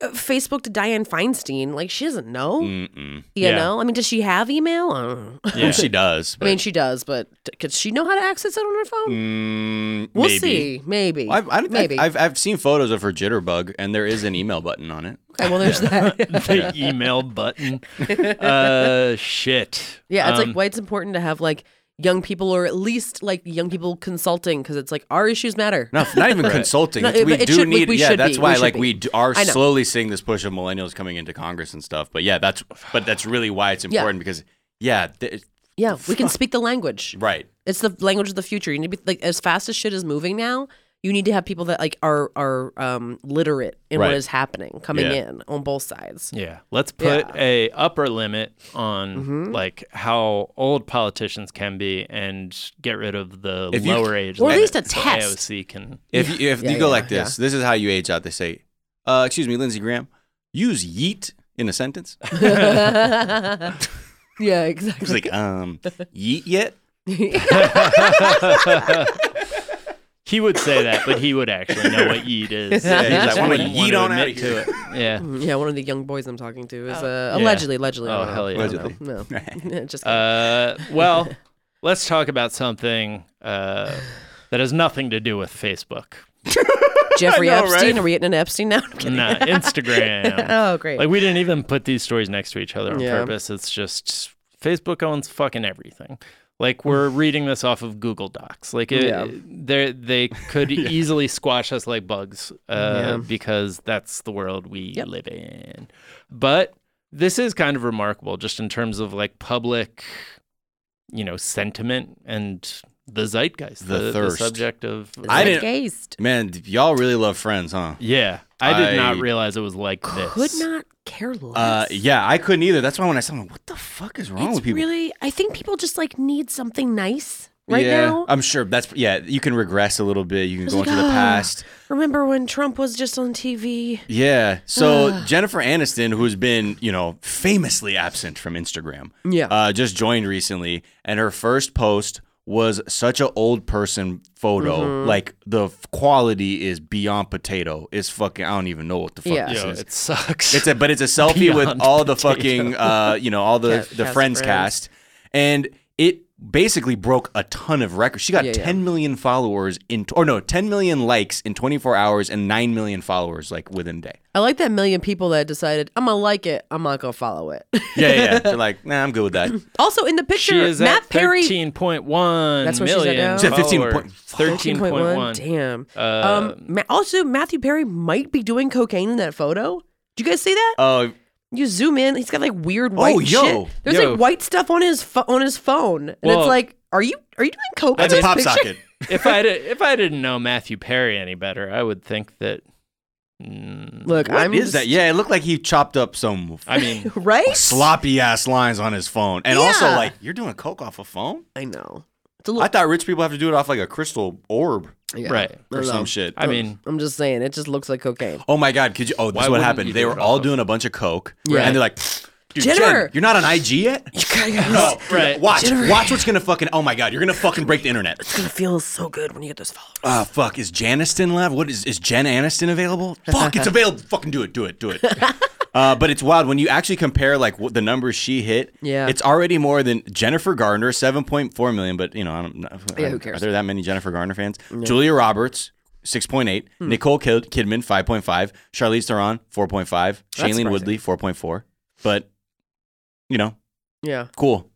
S3: uh, Facebook to Diane Feinstein, like she doesn't know.
S2: Mm-mm.
S3: You
S1: Yeah.
S3: know, I mean, does she have email? I don't know.
S1: Yeah.
S2: She does.
S3: I
S2: But,
S3: mean, she does, but t- could she know how to access it on her phone?
S2: mm,
S3: we'll
S2: maybe.
S3: see. Maybe.
S2: I've, I've,
S3: Maybe.
S2: I've, I've seen photos of her jitterbug, and there is an email button on it.
S3: okay. Well, there's that.
S1: the email button. Uh, shit.
S3: yeah, it's
S1: Um,
S3: like why it's important to have like young people or at least like young people consulting because it's like our issues matter.
S2: No, not even consulting.
S3: No,
S2: It's-
S3: it-
S2: we
S3: it
S2: do
S3: should- we-
S2: need.
S3: we
S2: yeah,
S3: should
S2: that's
S3: be.
S2: why
S3: We should
S2: like
S3: be.
S2: we d- are
S3: I know.
S2: slowly seeing this push of millennials coming into Congress and stuff. But yeah, that's but that's really why it's important because yeah, th-
S3: Yeah, we can speak the language.
S2: right.
S3: It's the language of the future. You need to be like as fast as shit is moving now. You need to have people that like are are um, literate in
S2: Right.
S3: what is happening coming
S2: Yeah.
S3: in on both sides.
S1: yeah, let's put
S3: Yeah. Mm-hmm.
S1: a upper limit on like how old politicians can be, and get rid of the
S2: If you-
S1: lower age.
S3: Or at
S1: limit
S3: least a
S1: so
S3: test.
S1: AOC can.
S2: If you, if you go
S3: yeah,
S2: like this, this is how you age out. They say, uh, excuse me, Lindsey Graham, use yeet in a sentence. It's
S3: Yeah, exactly.
S2: like um, yeet yet?
S1: He would say that, but he would actually know what yeet is.
S2: Yeah, he's
S1: He
S2: like,
S1: just
S2: "I'm gonna
S1: wouldn't
S2: yeet
S1: want to
S2: on outta
S1: admit
S2: here."
S1: to it. Yeah.
S2: Mm.
S3: Yeah, one of the young boys I'm talking to is uh, allegedly, allegedly. I
S1: Oh,
S3: don't know.
S1: hell yeah.
S3: I don't
S2: Allegedly.
S3: know. No, just
S2: Oh,
S3: kidding.
S1: Uh, well, let's talk about something uh, that has nothing to do with Facebook.
S3: Jeffrey
S2: I know,
S3: Epstein.
S2: right?
S3: Are we getting an Epstein now? I'm kidding.
S1: Nah, Instagram.
S3: Oh, great.
S1: Like we didn't even put these stories next to each other on
S3: Yeah.
S1: purpose. It's just Facebook owns fucking everything. Like we're reading this off of Google Docs. Like it,
S3: Yeah.
S1: they they could easily squash us like bugs uh, because that's the world we live in. But this is kind of remarkable, just in terms of like public, you know, sentiment and the zeitgeist,
S2: The thirst.
S1: subject of.
S2: I didn't-
S3: Zeitgeist.
S2: Man, y'all really love Friends, huh?
S1: yeah, I did not
S2: I
S1: realize it was like this.
S3: Could not care less.
S2: Uh, yeah, I couldn't either. That's why when I saw them, what the fuck is wrong
S3: it's
S2: with people?
S3: really. I think people just like need something nice right
S2: yeah,
S3: now.
S2: I'm sure that's yeah. You can regress a little bit. You can
S3: It's
S2: go
S3: like,
S2: into the
S3: "Ah,
S2: past.
S3: Remember when Trump was just on TV?
S2: Yeah. So Jennifer Aniston, who's been you know famously absent from Instagram,
S3: Yeah.
S2: uh, just joined recently, and her first post was such an old person photo.
S3: Mm-hmm.
S2: Like the f- quality is beyond potato. It's fucking. I don't even know what the fuck
S3: Yeah.
S2: this
S1: Yo,
S2: is.
S1: it sucks.
S2: It's a but it's a selfie with
S1: Beyond
S2: all the
S1: potato.
S2: fucking uh you know all the
S3: Cast-
S2: the
S3: cast
S2: friends
S3: friends.
S2: cast, and it basically broke a ton of records. She got
S3: Yeah, yeah.
S2: 10 million followers in, or no, 10 million likes in 24 hours and 9 million followers like within a day.
S3: I like that million people that decided I'm gonna like it. I'm not gonna follow it.
S2: Yeah, yeah. yeah. They're like, nah, I'm good with that.
S3: also in the
S1: She
S3: picture,
S1: is
S3: Matt
S1: at
S3: Perry.
S1: thirteen point one.
S3: That's what she said now? She
S2: said 15 point-
S1: Thirteen point one. Uh,
S3: Damn. um. Ma- also, Matthew Perry might be doing cocaine in that photo. Did you guys see that?
S2: Uh,
S3: you zoom in. He's got like weird white
S2: Oh, yo.
S3: shit. There's
S1: Yo.
S3: like white stuff on his pho- on his phone, and
S1: Well-
S3: it's like, are you are you doing coke?
S2: that's
S3: in
S2: a
S3: this
S2: pop
S3: picture?
S2: socket.
S1: if I did, if I didn't know Matthew Perry any better, I would think that.
S3: Look,
S2: What
S3: I'm
S2: is
S3: just-
S2: that? Yeah, it looked like he chopped up some
S1: I mean,
S3: right.
S2: sloppy ass lines on his phone. And also,
S3: Yeah.
S2: like, you're doing coke off a phone?
S3: I know. It's a
S2: I
S3: little.
S2: thought rich people have to do it off like a crystal orb
S3: yeah.
S1: right.
S2: or
S3: No, no.
S2: some shit.
S1: I mean,
S3: I'm just saying, it just looks like cocaine.
S2: Oh my God! Could you? Oh, this
S1: Why
S2: is what
S1: wouldn't
S2: happened.
S1: you
S2: They
S1: do
S2: were
S1: it
S2: all
S1: off
S2: doing a bunch of coke,
S3: Right.
S2: and they're like, "Dude,
S3: Jennifer!
S2: Jen, you're not on IG yet. Oh,
S3: It's
S1: right.
S2: Watch, watch what's gonna fucking. Oh my God, you're gonna fucking break the internet.
S3: gonna feel so good when you get those followers.
S2: Ah, fuck. Is Janiston left? What is is Jen Aniston available? Fuck, it's available. Fucking do it, do it, do it. Uh, but it's wild when you actually compare like what the numbers she hit.
S3: Yeah.
S2: it's already more than Jennifer Garner, seven point four million. But you know, I don't. know.
S3: Yeah, who cares?
S2: Are there that many Jennifer Garner fans? Julia Roberts, six point eight.
S3: Hmm.
S2: Nicole Kid- Kidman, five point five. Charlize Theron, four point five.
S3: That's
S2: Shailene
S3: surprising.
S2: Woodley, four point four. But you know,
S3: Yeah,
S2: cool.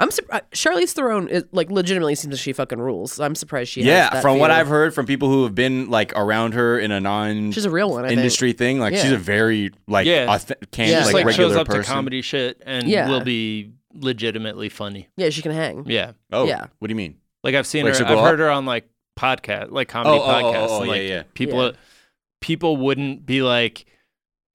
S3: I'm surprised. Charlize Theron is like legitimately seems that she fucking rules. I'm surprised she.
S2: yeah,
S3: has that
S2: from what
S3: feel.
S2: I've heard from people who have been like around her in a non
S3: she's a real one. I think.
S2: industry thing. Like she's
S3: Yeah.
S2: a very like
S1: Yeah.
S2: auth- can,
S1: she
S3: Yeah.
S1: just
S2: like,
S1: like,
S2: regular
S1: shows up
S2: person.
S1: to comedy shit and
S3: Yeah.
S1: will be legitimately funny.
S3: Yeah, she can hang.
S1: Yeah,
S2: Oh,
S3: Yeah.
S2: What do you mean?
S1: like I've seen
S2: Like,
S1: her.
S2: she'll
S1: I've
S2: go
S1: heard
S2: up?
S1: her on like podcast, like comedy
S2: Oh, oh, oh,
S1: podcasts.
S2: oh,
S1: and,
S2: yeah,
S1: like,
S2: yeah.
S1: People,
S3: Yeah.
S1: people wouldn't be like.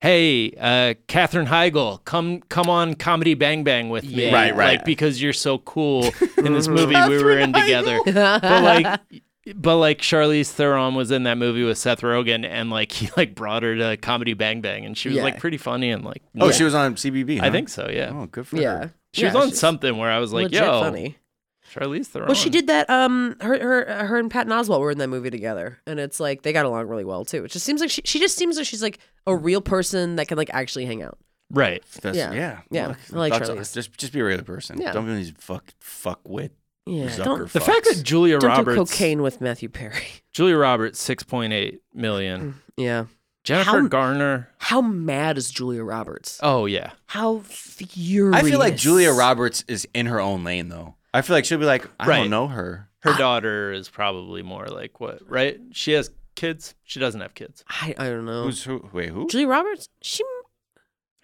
S1: Hey, uh, Katherine Heigl, come come on Comedy Bang Bang with me.
S3: Yeah. Right,
S2: right.
S1: Like because you're so cool in this movie we were in together. but like but like Charlize Theron was in that movie with Seth Rogen and like he like brought her to comedy Bang Bang and she was
S3: Yeah.
S1: like pretty funny and like
S2: Oh,
S1: yeah.
S2: she was on CBB.
S1: I
S2: huh?
S1: think so, yeah.
S2: Oh, good for
S3: yeah,
S2: her.
S1: She was
S3: Yeah,
S1: on
S3: she's
S1: something where I was like,
S3: legit
S1: yo,
S3: funny.
S1: Charlize Theron.
S3: Well, she did that. Um, her her her and Patton Oswalt were in that movie together, and it's like they got along really well too. It just seems like she she just seems like she's like a real person that can like actually hang out.
S1: Right.
S2: That's,
S3: Yeah.
S2: yeah, yeah,
S3: Yeah,
S2: Look,
S3: I like
S2: that's-
S3: Charlize.
S2: Just, just be a regular person.
S3: Yeah.
S2: Don't be these fuck, fuck wit.
S3: Yeah,
S2: Zucker
S3: don't
S2: fucks.
S1: The fact that Julia
S3: don't
S1: Roberts
S3: do cocaine with Matthew Perry.
S1: Julia Roberts 6.8
S2: Hmm.
S1: million.
S3: Yeah,
S1: Jennifer
S3: How-
S1: Garner.
S3: how mad is Julia Roberts?
S1: Oh yeah.
S3: How furious!
S2: I feel like Julia Roberts is in her own lane though. I feel like she'll be like, I
S1: Right.
S2: don't know her.
S1: Her daughter is probably more like what, right? She has kids. She doesn't have kids.
S3: I I don't know.
S2: Who's who? Wait, who?
S3: Julia Roberts? She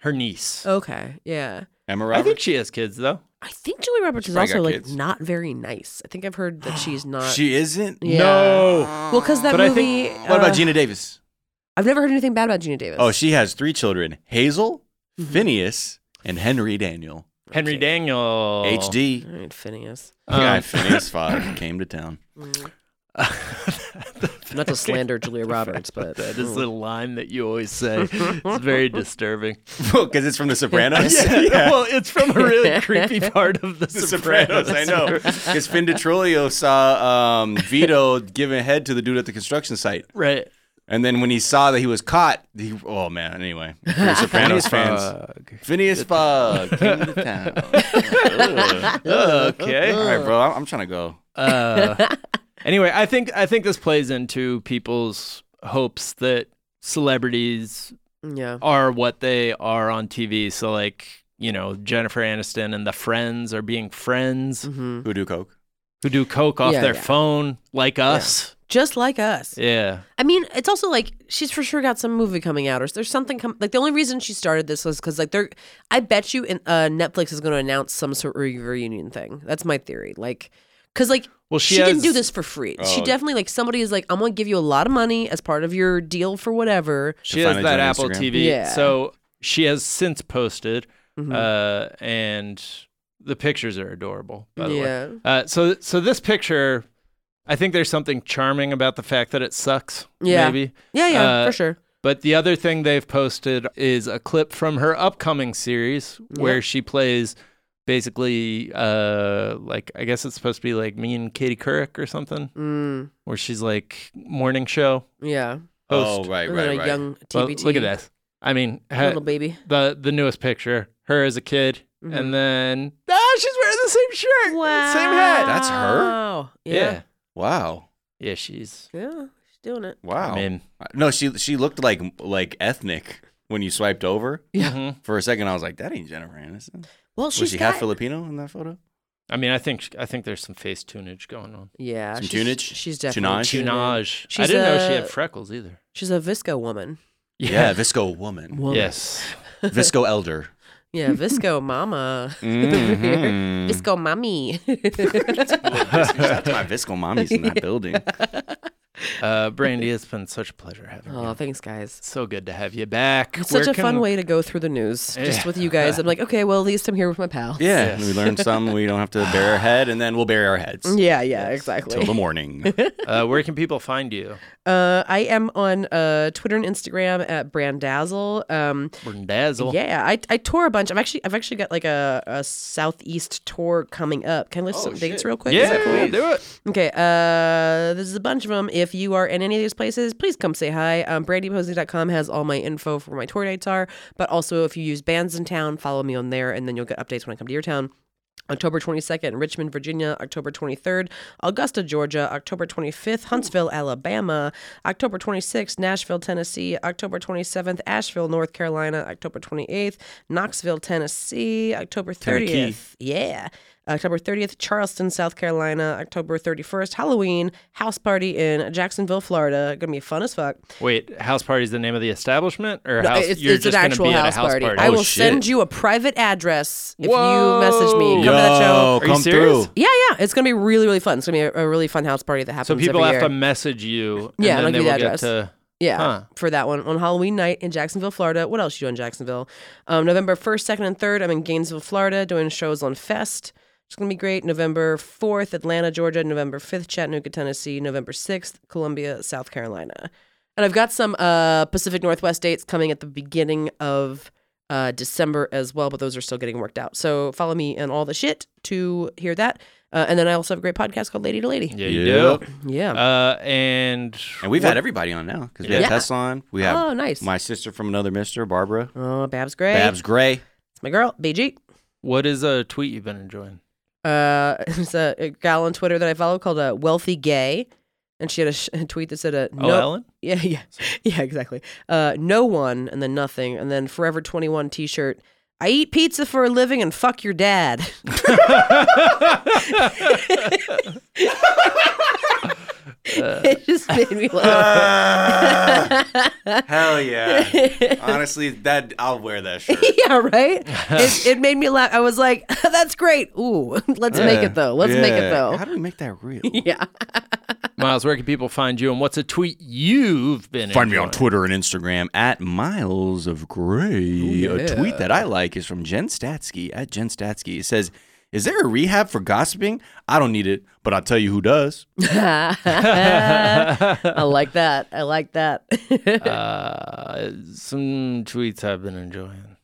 S1: Her niece.
S3: okay? Yeah,
S2: Emma
S1: I think
S2: Roberts.
S1: she has kids though.
S3: I think Julia Roberts
S2: She
S3: is
S2: probably
S3: also
S2: got
S3: like
S2: kids.
S3: not very nice. I think I've heard that she's not.
S2: she isn't.
S3: yeah. Well, because that
S1: But I
S3: movie.
S1: think-
S2: What about
S3: uh,
S2: Gina Davis?
S3: I've never heard anything bad about Gina Davis.
S2: Oh, she has three children: Hazel,
S3: Mm-hmm.
S2: Phineas, and Henry Daniel.
S1: Henry Daniel.
S2: HD.
S3: All right, Phineas.
S1: Um,
S2: guy Phineas Fogg came to town.
S3: Not to slander Julia Roberts, but hmm.
S1: That is the line that you always say. It's very disturbing.
S2: Because it's from The Sopranos.
S1: Well, it's from a really creepy part of The,
S2: The
S1: Sopranos.
S2: Sopranos, I know. Because Finn DiTrolio saw um, Vito giving head to the dude at the construction site,
S1: Right.
S2: and then when he saw that he was caught, he oh man. Anyway, if you're Sopranos
S1: Uh,
S2: fans.
S1: Fug.
S2: Phineas Fogg came to town. All
S1: Okay.
S2: right, bro, I'm, I'm trying to go.
S1: Uh, anyway, I think I think this plays into people's hopes that celebrities
S3: yeah.
S1: are what they are on TV. So like, you know, Jennifer Aniston and the friends are being friends
S3: hmm
S2: Who do coke?
S1: who do coke off
S3: Mm-hmm. Yeah,
S1: their
S3: yeah.
S1: phone like us.
S3: Just like us.
S1: yeah.
S3: I mean, it's also like she's for sure got some movie coming out, or there's something com- like the only reason she started this was because like they're. I bet you, in, uh, Netflix is going to announce some sort of re- reunion thing. That's my theory. Like, because like
S1: Well, she
S3: didn't do
S1: has-
S3: this for free. She
S2: Oh.
S3: definitely like somebody is like, I'm going to give you a lot of money as part of your deal for whatever.
S1: she
S2: find
S1: has
S2: it
S1: that
S2: on
S1: Apple
S2: Instagram.
S1: TV.
S3: Yeah. Mm-hmm.
S1: So she has since posted, uh, and the pictures are adorable. By the
S3: Yeah.
S1: way, uh, so so this picture, I think there's something charming about the fact that it sucks.
S3: Yeah.
S1: maybe.
S3: Yeah, yeah,
S1: Uh,
S3: for sure.
S1: But the other thing they've posted is a clip from her upcoming series where she plays basically uh like I guess it's supposed to be like me and Katie Couric or something
S3: Mm,
S1: where she's like morning show
S3: yeah.
S1: host.
S2: Oh, right,
S3: And then
S2: right,
S3: a
S2: right.
S3: young
S1: Well,
S3: TBT.
S1: look at this. I mean, ha-
S3: Little Mm-hmm. baby.
S1: the the newest picture. her as a kid, and then ah, she's wearing the same shirt,
S3: Wow.
S1: same hat.
S2: That's her.
S3: Oh,
S1: Yeah,
S3: yeah.
S2: Wow.
S1: yeah, she's.
S3: Yeah. She's doing it.
S2: Wow.
S1: I mean,
S2: No, she she looked like like ethnic when you swiped over.
S1: yeah.
S2: For a second, I was like, that ain't Jennifer Aniston.
S3: Well, she's
S2: was she
S3: got,
S2: half Filipino in that photo?
S1: I mean, I think I think there's some face tunage going on.
S3: Yeah.
S2: Some
S3: she's,
S2: tunage?
S3: She's definitely
S2: Tunage?
S3: tuning.
S1: Tunage. I
S3: She's
S1: didn't know she
S3: a-
S1: had freckles either.
S3: She's a Visco woman.
S2: Yeah, Visco woman,
S3: woman.
S1: Yes.
S2: Visco elder.
S3: Yeah, Visco mama.
S2: Mm.
S3: Visco mommy.
S2: Mm-hmm. That's my Visco mommies in that building.
S1: Uh, Brandy, it's been such a pleasure having you.
S3: oh, thanks, guys.
S1: So good to have you back.
S3: It's
S1: Where
S3: such a
S1: can-
S3: fun way to go through the news,
S1: Yeah.
S3: just with you guys. I'm like, okay, well, at least I'm here with my pal.
S2: Yeah, we learned some. We don't have to bury our head, and then we'll bury our heads
S3: Yeah, yeah,
S2: till the
S3: exactly.
S2: morning.
S1: Uh, where can people find you?
S3: Uh, I am on uh, Twitter and Instagram at Brandazzle. Um,
S1: Brandazzle.
S3: yeah, I, I tour a bunch. I'm actually I've actually got like a, a southeast tour coming up. Can I list some dates real quick? Is that cool?
S1: Yeah, do it.
S3: Okay, uh, there's a bunch of them. If you are in any of these places, please come say hi. Um, BrandyPosey.com has all my info for where my tour dates are, but also if you use bands in town, follow me on there, and then you'll get updates when I come to your town. October 22nd, in Richmond, Virginia. October 23rd, Augusta, Georgia. October 25th, Huntsville, Alabama. October 26th, Nashville, Tennessee. October 27th, Asheville, North Carolina. October 28th, Knoxville, Tennessee. October 30th,
S2: Tennessee.
S3: yeah. October 30th, Charleston, South Carolina. October 31st, Halloween, house party in Jacksonville, Florida. Gonna be fun as fuck.
S1: Wait, house party is the name of the establishment, or house?
S3: it's
S1: you're
S3: it's an
S1: just gonna
S3: actual
S1: be
S3: house,
S1: at a house
S3: party.
S1: party.
S3: I
S2: Oh,
S1: Oh,
S3: will
S2: shit.
S3: send you a private address if
S1: Whoa.
S3: you message me. Come to that show.
S1: Are you serious?
S3: Yeah, yeah. It's gonna be really, really fun. It's gonna be a, a really fun house party that happens.
S1: so people
S3: every
S1: have
S3: year.
S1: to message you. And
S3: Yeah,
S1: then
S3: and
S1: they
S3: I'll give you
S1: will
S3: the
S1: get
S3: address.
S1: to.
S3: Yeah,
S1: Huh.
S3: for that one on Halloween night in Jacksonville, Florida. What else you do in Jacksonville? Um, November first, second, and third. I'm in Gainesville, Florida, doing shows on Fest. It's gonna be great. November fourth, Atlanta, Georgia. November fifth, Chattanooga, Tennessee. November sixth, Columbia, South Carolina. And I've got some uh, Pacific Northwest dates coming at the beginning of uh, December as well, but those are still getting worked out. So follow me and all the shit to hear that. Uh, and then I also have a great podcast called Lady to Lady.
S1: Yeah, you
S2: Yep.
S1: do.
S3: Yeah.
S1: Uh, and
S2: And we've had everybody on now because we had
S3: Yeah.
S2: Tess on. We have
S3: Oh, nice.
S2: my sister from another mister, Barbara.
S3: oh, Babs Gray.
S2: Babs Gray.
S3: It's my girl, BG.
S1: what is a tweet you've been enjoying?
S3: uh, there's a, a gal on Twitter that I follow called a wealthy gay, and she had a, sh- a tweet that said a
S1: Oh,
S3: no,
S1: Ellen.
S3: yeah, yeah, yeah, exactly. Uh, no one, and then nothing, and then Forever 21 T-shirt. I eat pizza for a living and fuck your dad.
S1: Uh.
S3: it just made me laugh.
S2: Hell yeah. Honestly, that I'll wear that shirt.
S3: yeah, right. It, it made me laugh. I was like, "That's great." Ooh, let's make it though. Let's make it though.
S2: How do we make that real?
S3: Yeah.
S1: Miles, where can people find you, and what's a tweet you've been?
S2: Find me
S1: enjoying?
S2: on Twitter and Instagram at Miles of Gray. A tweet that I like is from Jen Statsky at Jen Statsky. It says, Is there a rehab for gossiping? I don't need it, but I'll tell you who does.
S3: I like that. I like that.
S1: Uh, some tweets I've been enjoying.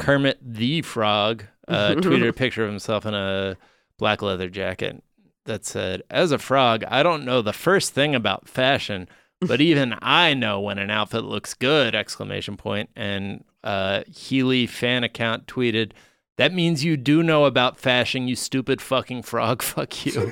S1: Kermit the Frog uh, tweeted a picture of himself in a black leather jacket that said, "As a frog, I don't know the first thing about fashion, but even I know when an outfit looks good!" Exclamation point. And uh, Healy fan account tweeted. That means you do know about fashion, you stupid fucking frog. Fuck you.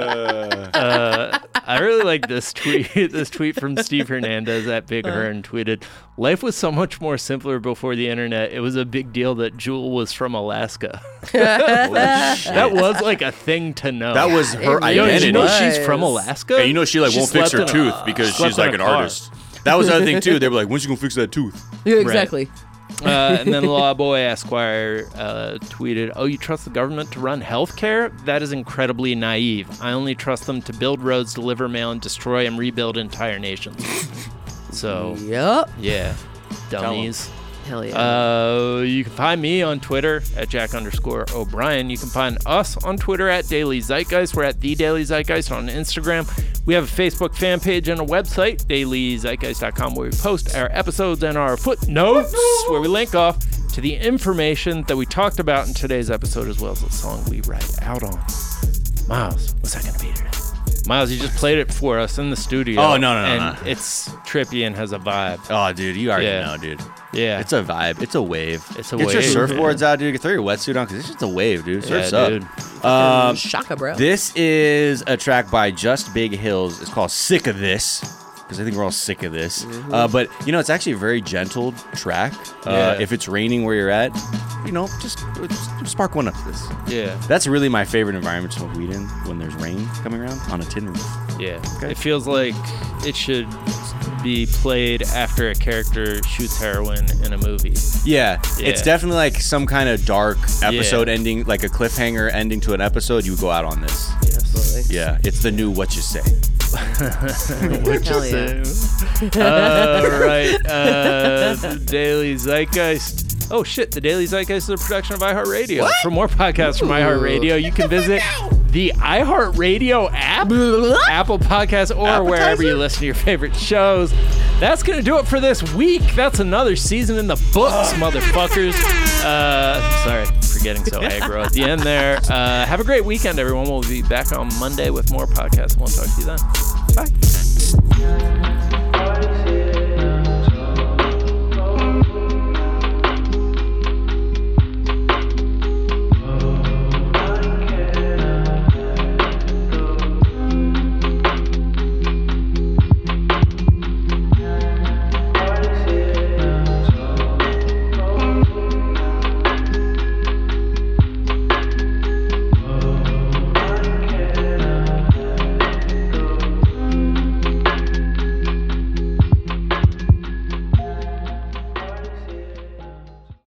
S1: uh, I really like this tweet. This tweet from Steve Hernandez at Big Hearn tweeted, "Life was so much more simpler before the internet. It was a big deal that Jewel was from Alaska. that was like a thing to know.
S2: That was her
S1: Yo, did
S2: identity.
S1: you know she's from
S3: was.
S1: Alaska.
S2: And you know she like won't fix
S1: slept
S2: her
S1: in a-
S2: tooth because
S1: slept
S2: she's
S1: in
S2: like
S1: a
S2: an
S1: car.
S2: artist. That was the other thing too. They were like, "When's she gonna fix that tooth?"
S3: Yeah, exactly.
S1: uh, and then Lawboy Esquire uh, tweeted, "Oh, you trust the government to run healthcare? That is incredibly naive. I only trust them to build roads, deliver mail, and destroy and rebuild entire nations." so
S3: Yup.
S1: yeah, dummies.
S3: Hell yeah.
S1: Uh, you can find me on Twitter at Jack underscore O'Brien. You can find us on Twitter at Daily Zeitgeist. We're at The Daily Zeitgeist on Instagram. We have a Facebook fan page and a website, dailyzeitgeist.com, where we post our episodes and our footnotes, where we link off to the information that we talked about in today's episode, as well as the song we write out on. Miles, what's that going to be today? Miles, you just played it for us in the studio.
S2: Oh, no, no, no,
S1: and
S2: no.
S1: It's trippy and has a vibe.
S2: Oh, dude, you already
S1: Yeah.
S2: know, dude.
S1: Yeah.
S2: It's a vibe. It's a wave.
S1: It's a
S2: Get
S1: wave,
S2: your
S1: man.
S2: surfboards out, dude. Throw your wetsuit on because it's just a wave, dude. Surf's
S1: Yeah,
S2: up.
S1: dude.
S2: Um,
S3: Shaka, bro.
S2: This is a track by Just Big Hills. It's called Sick of This because I think we're all sick of this.
S1: Mm-hmm.
S2: Uh, but, you know, it's actually a very gentle track. Uh,
S1: Yeah.
S2: If it's raining where you're at, you know, just, just spark one up to this.
S1: yeah.
S2: That's really my favorite environment to smoke weed in when there's rain coming around on a tin roof.
S1: Yeah. It feels like it should be played after a character shoots heroin in a movie.
S2: Yeah, it's
S1: Yeah.
S2: definitely like some kind of dark episode
S1: Yeah.
S2: ending, like a cliffhanger ending to an episode. You would go out on this.
S3: Absolutely.
S2: Yeah, it's the new what you say.
S3: Hell yeah.
S1: All right. Uh, the Daily Zeitgeist. Oh, shit. The Daily Zeitgeist is a production of iHeartRadio. For more podcasts from iHeartRadio, you can visit the iHeartRadio app, Apple Podcasts, or wherever you listen to your favorite shows. That's going to do it for this week. That's another season in the books, motherfuckers. Uh, sorry for getting so aggro at the end there. Uh, have a great weekend, everyone. We'll be back on Monday with more podcasts. We'll talk to you then. Bye.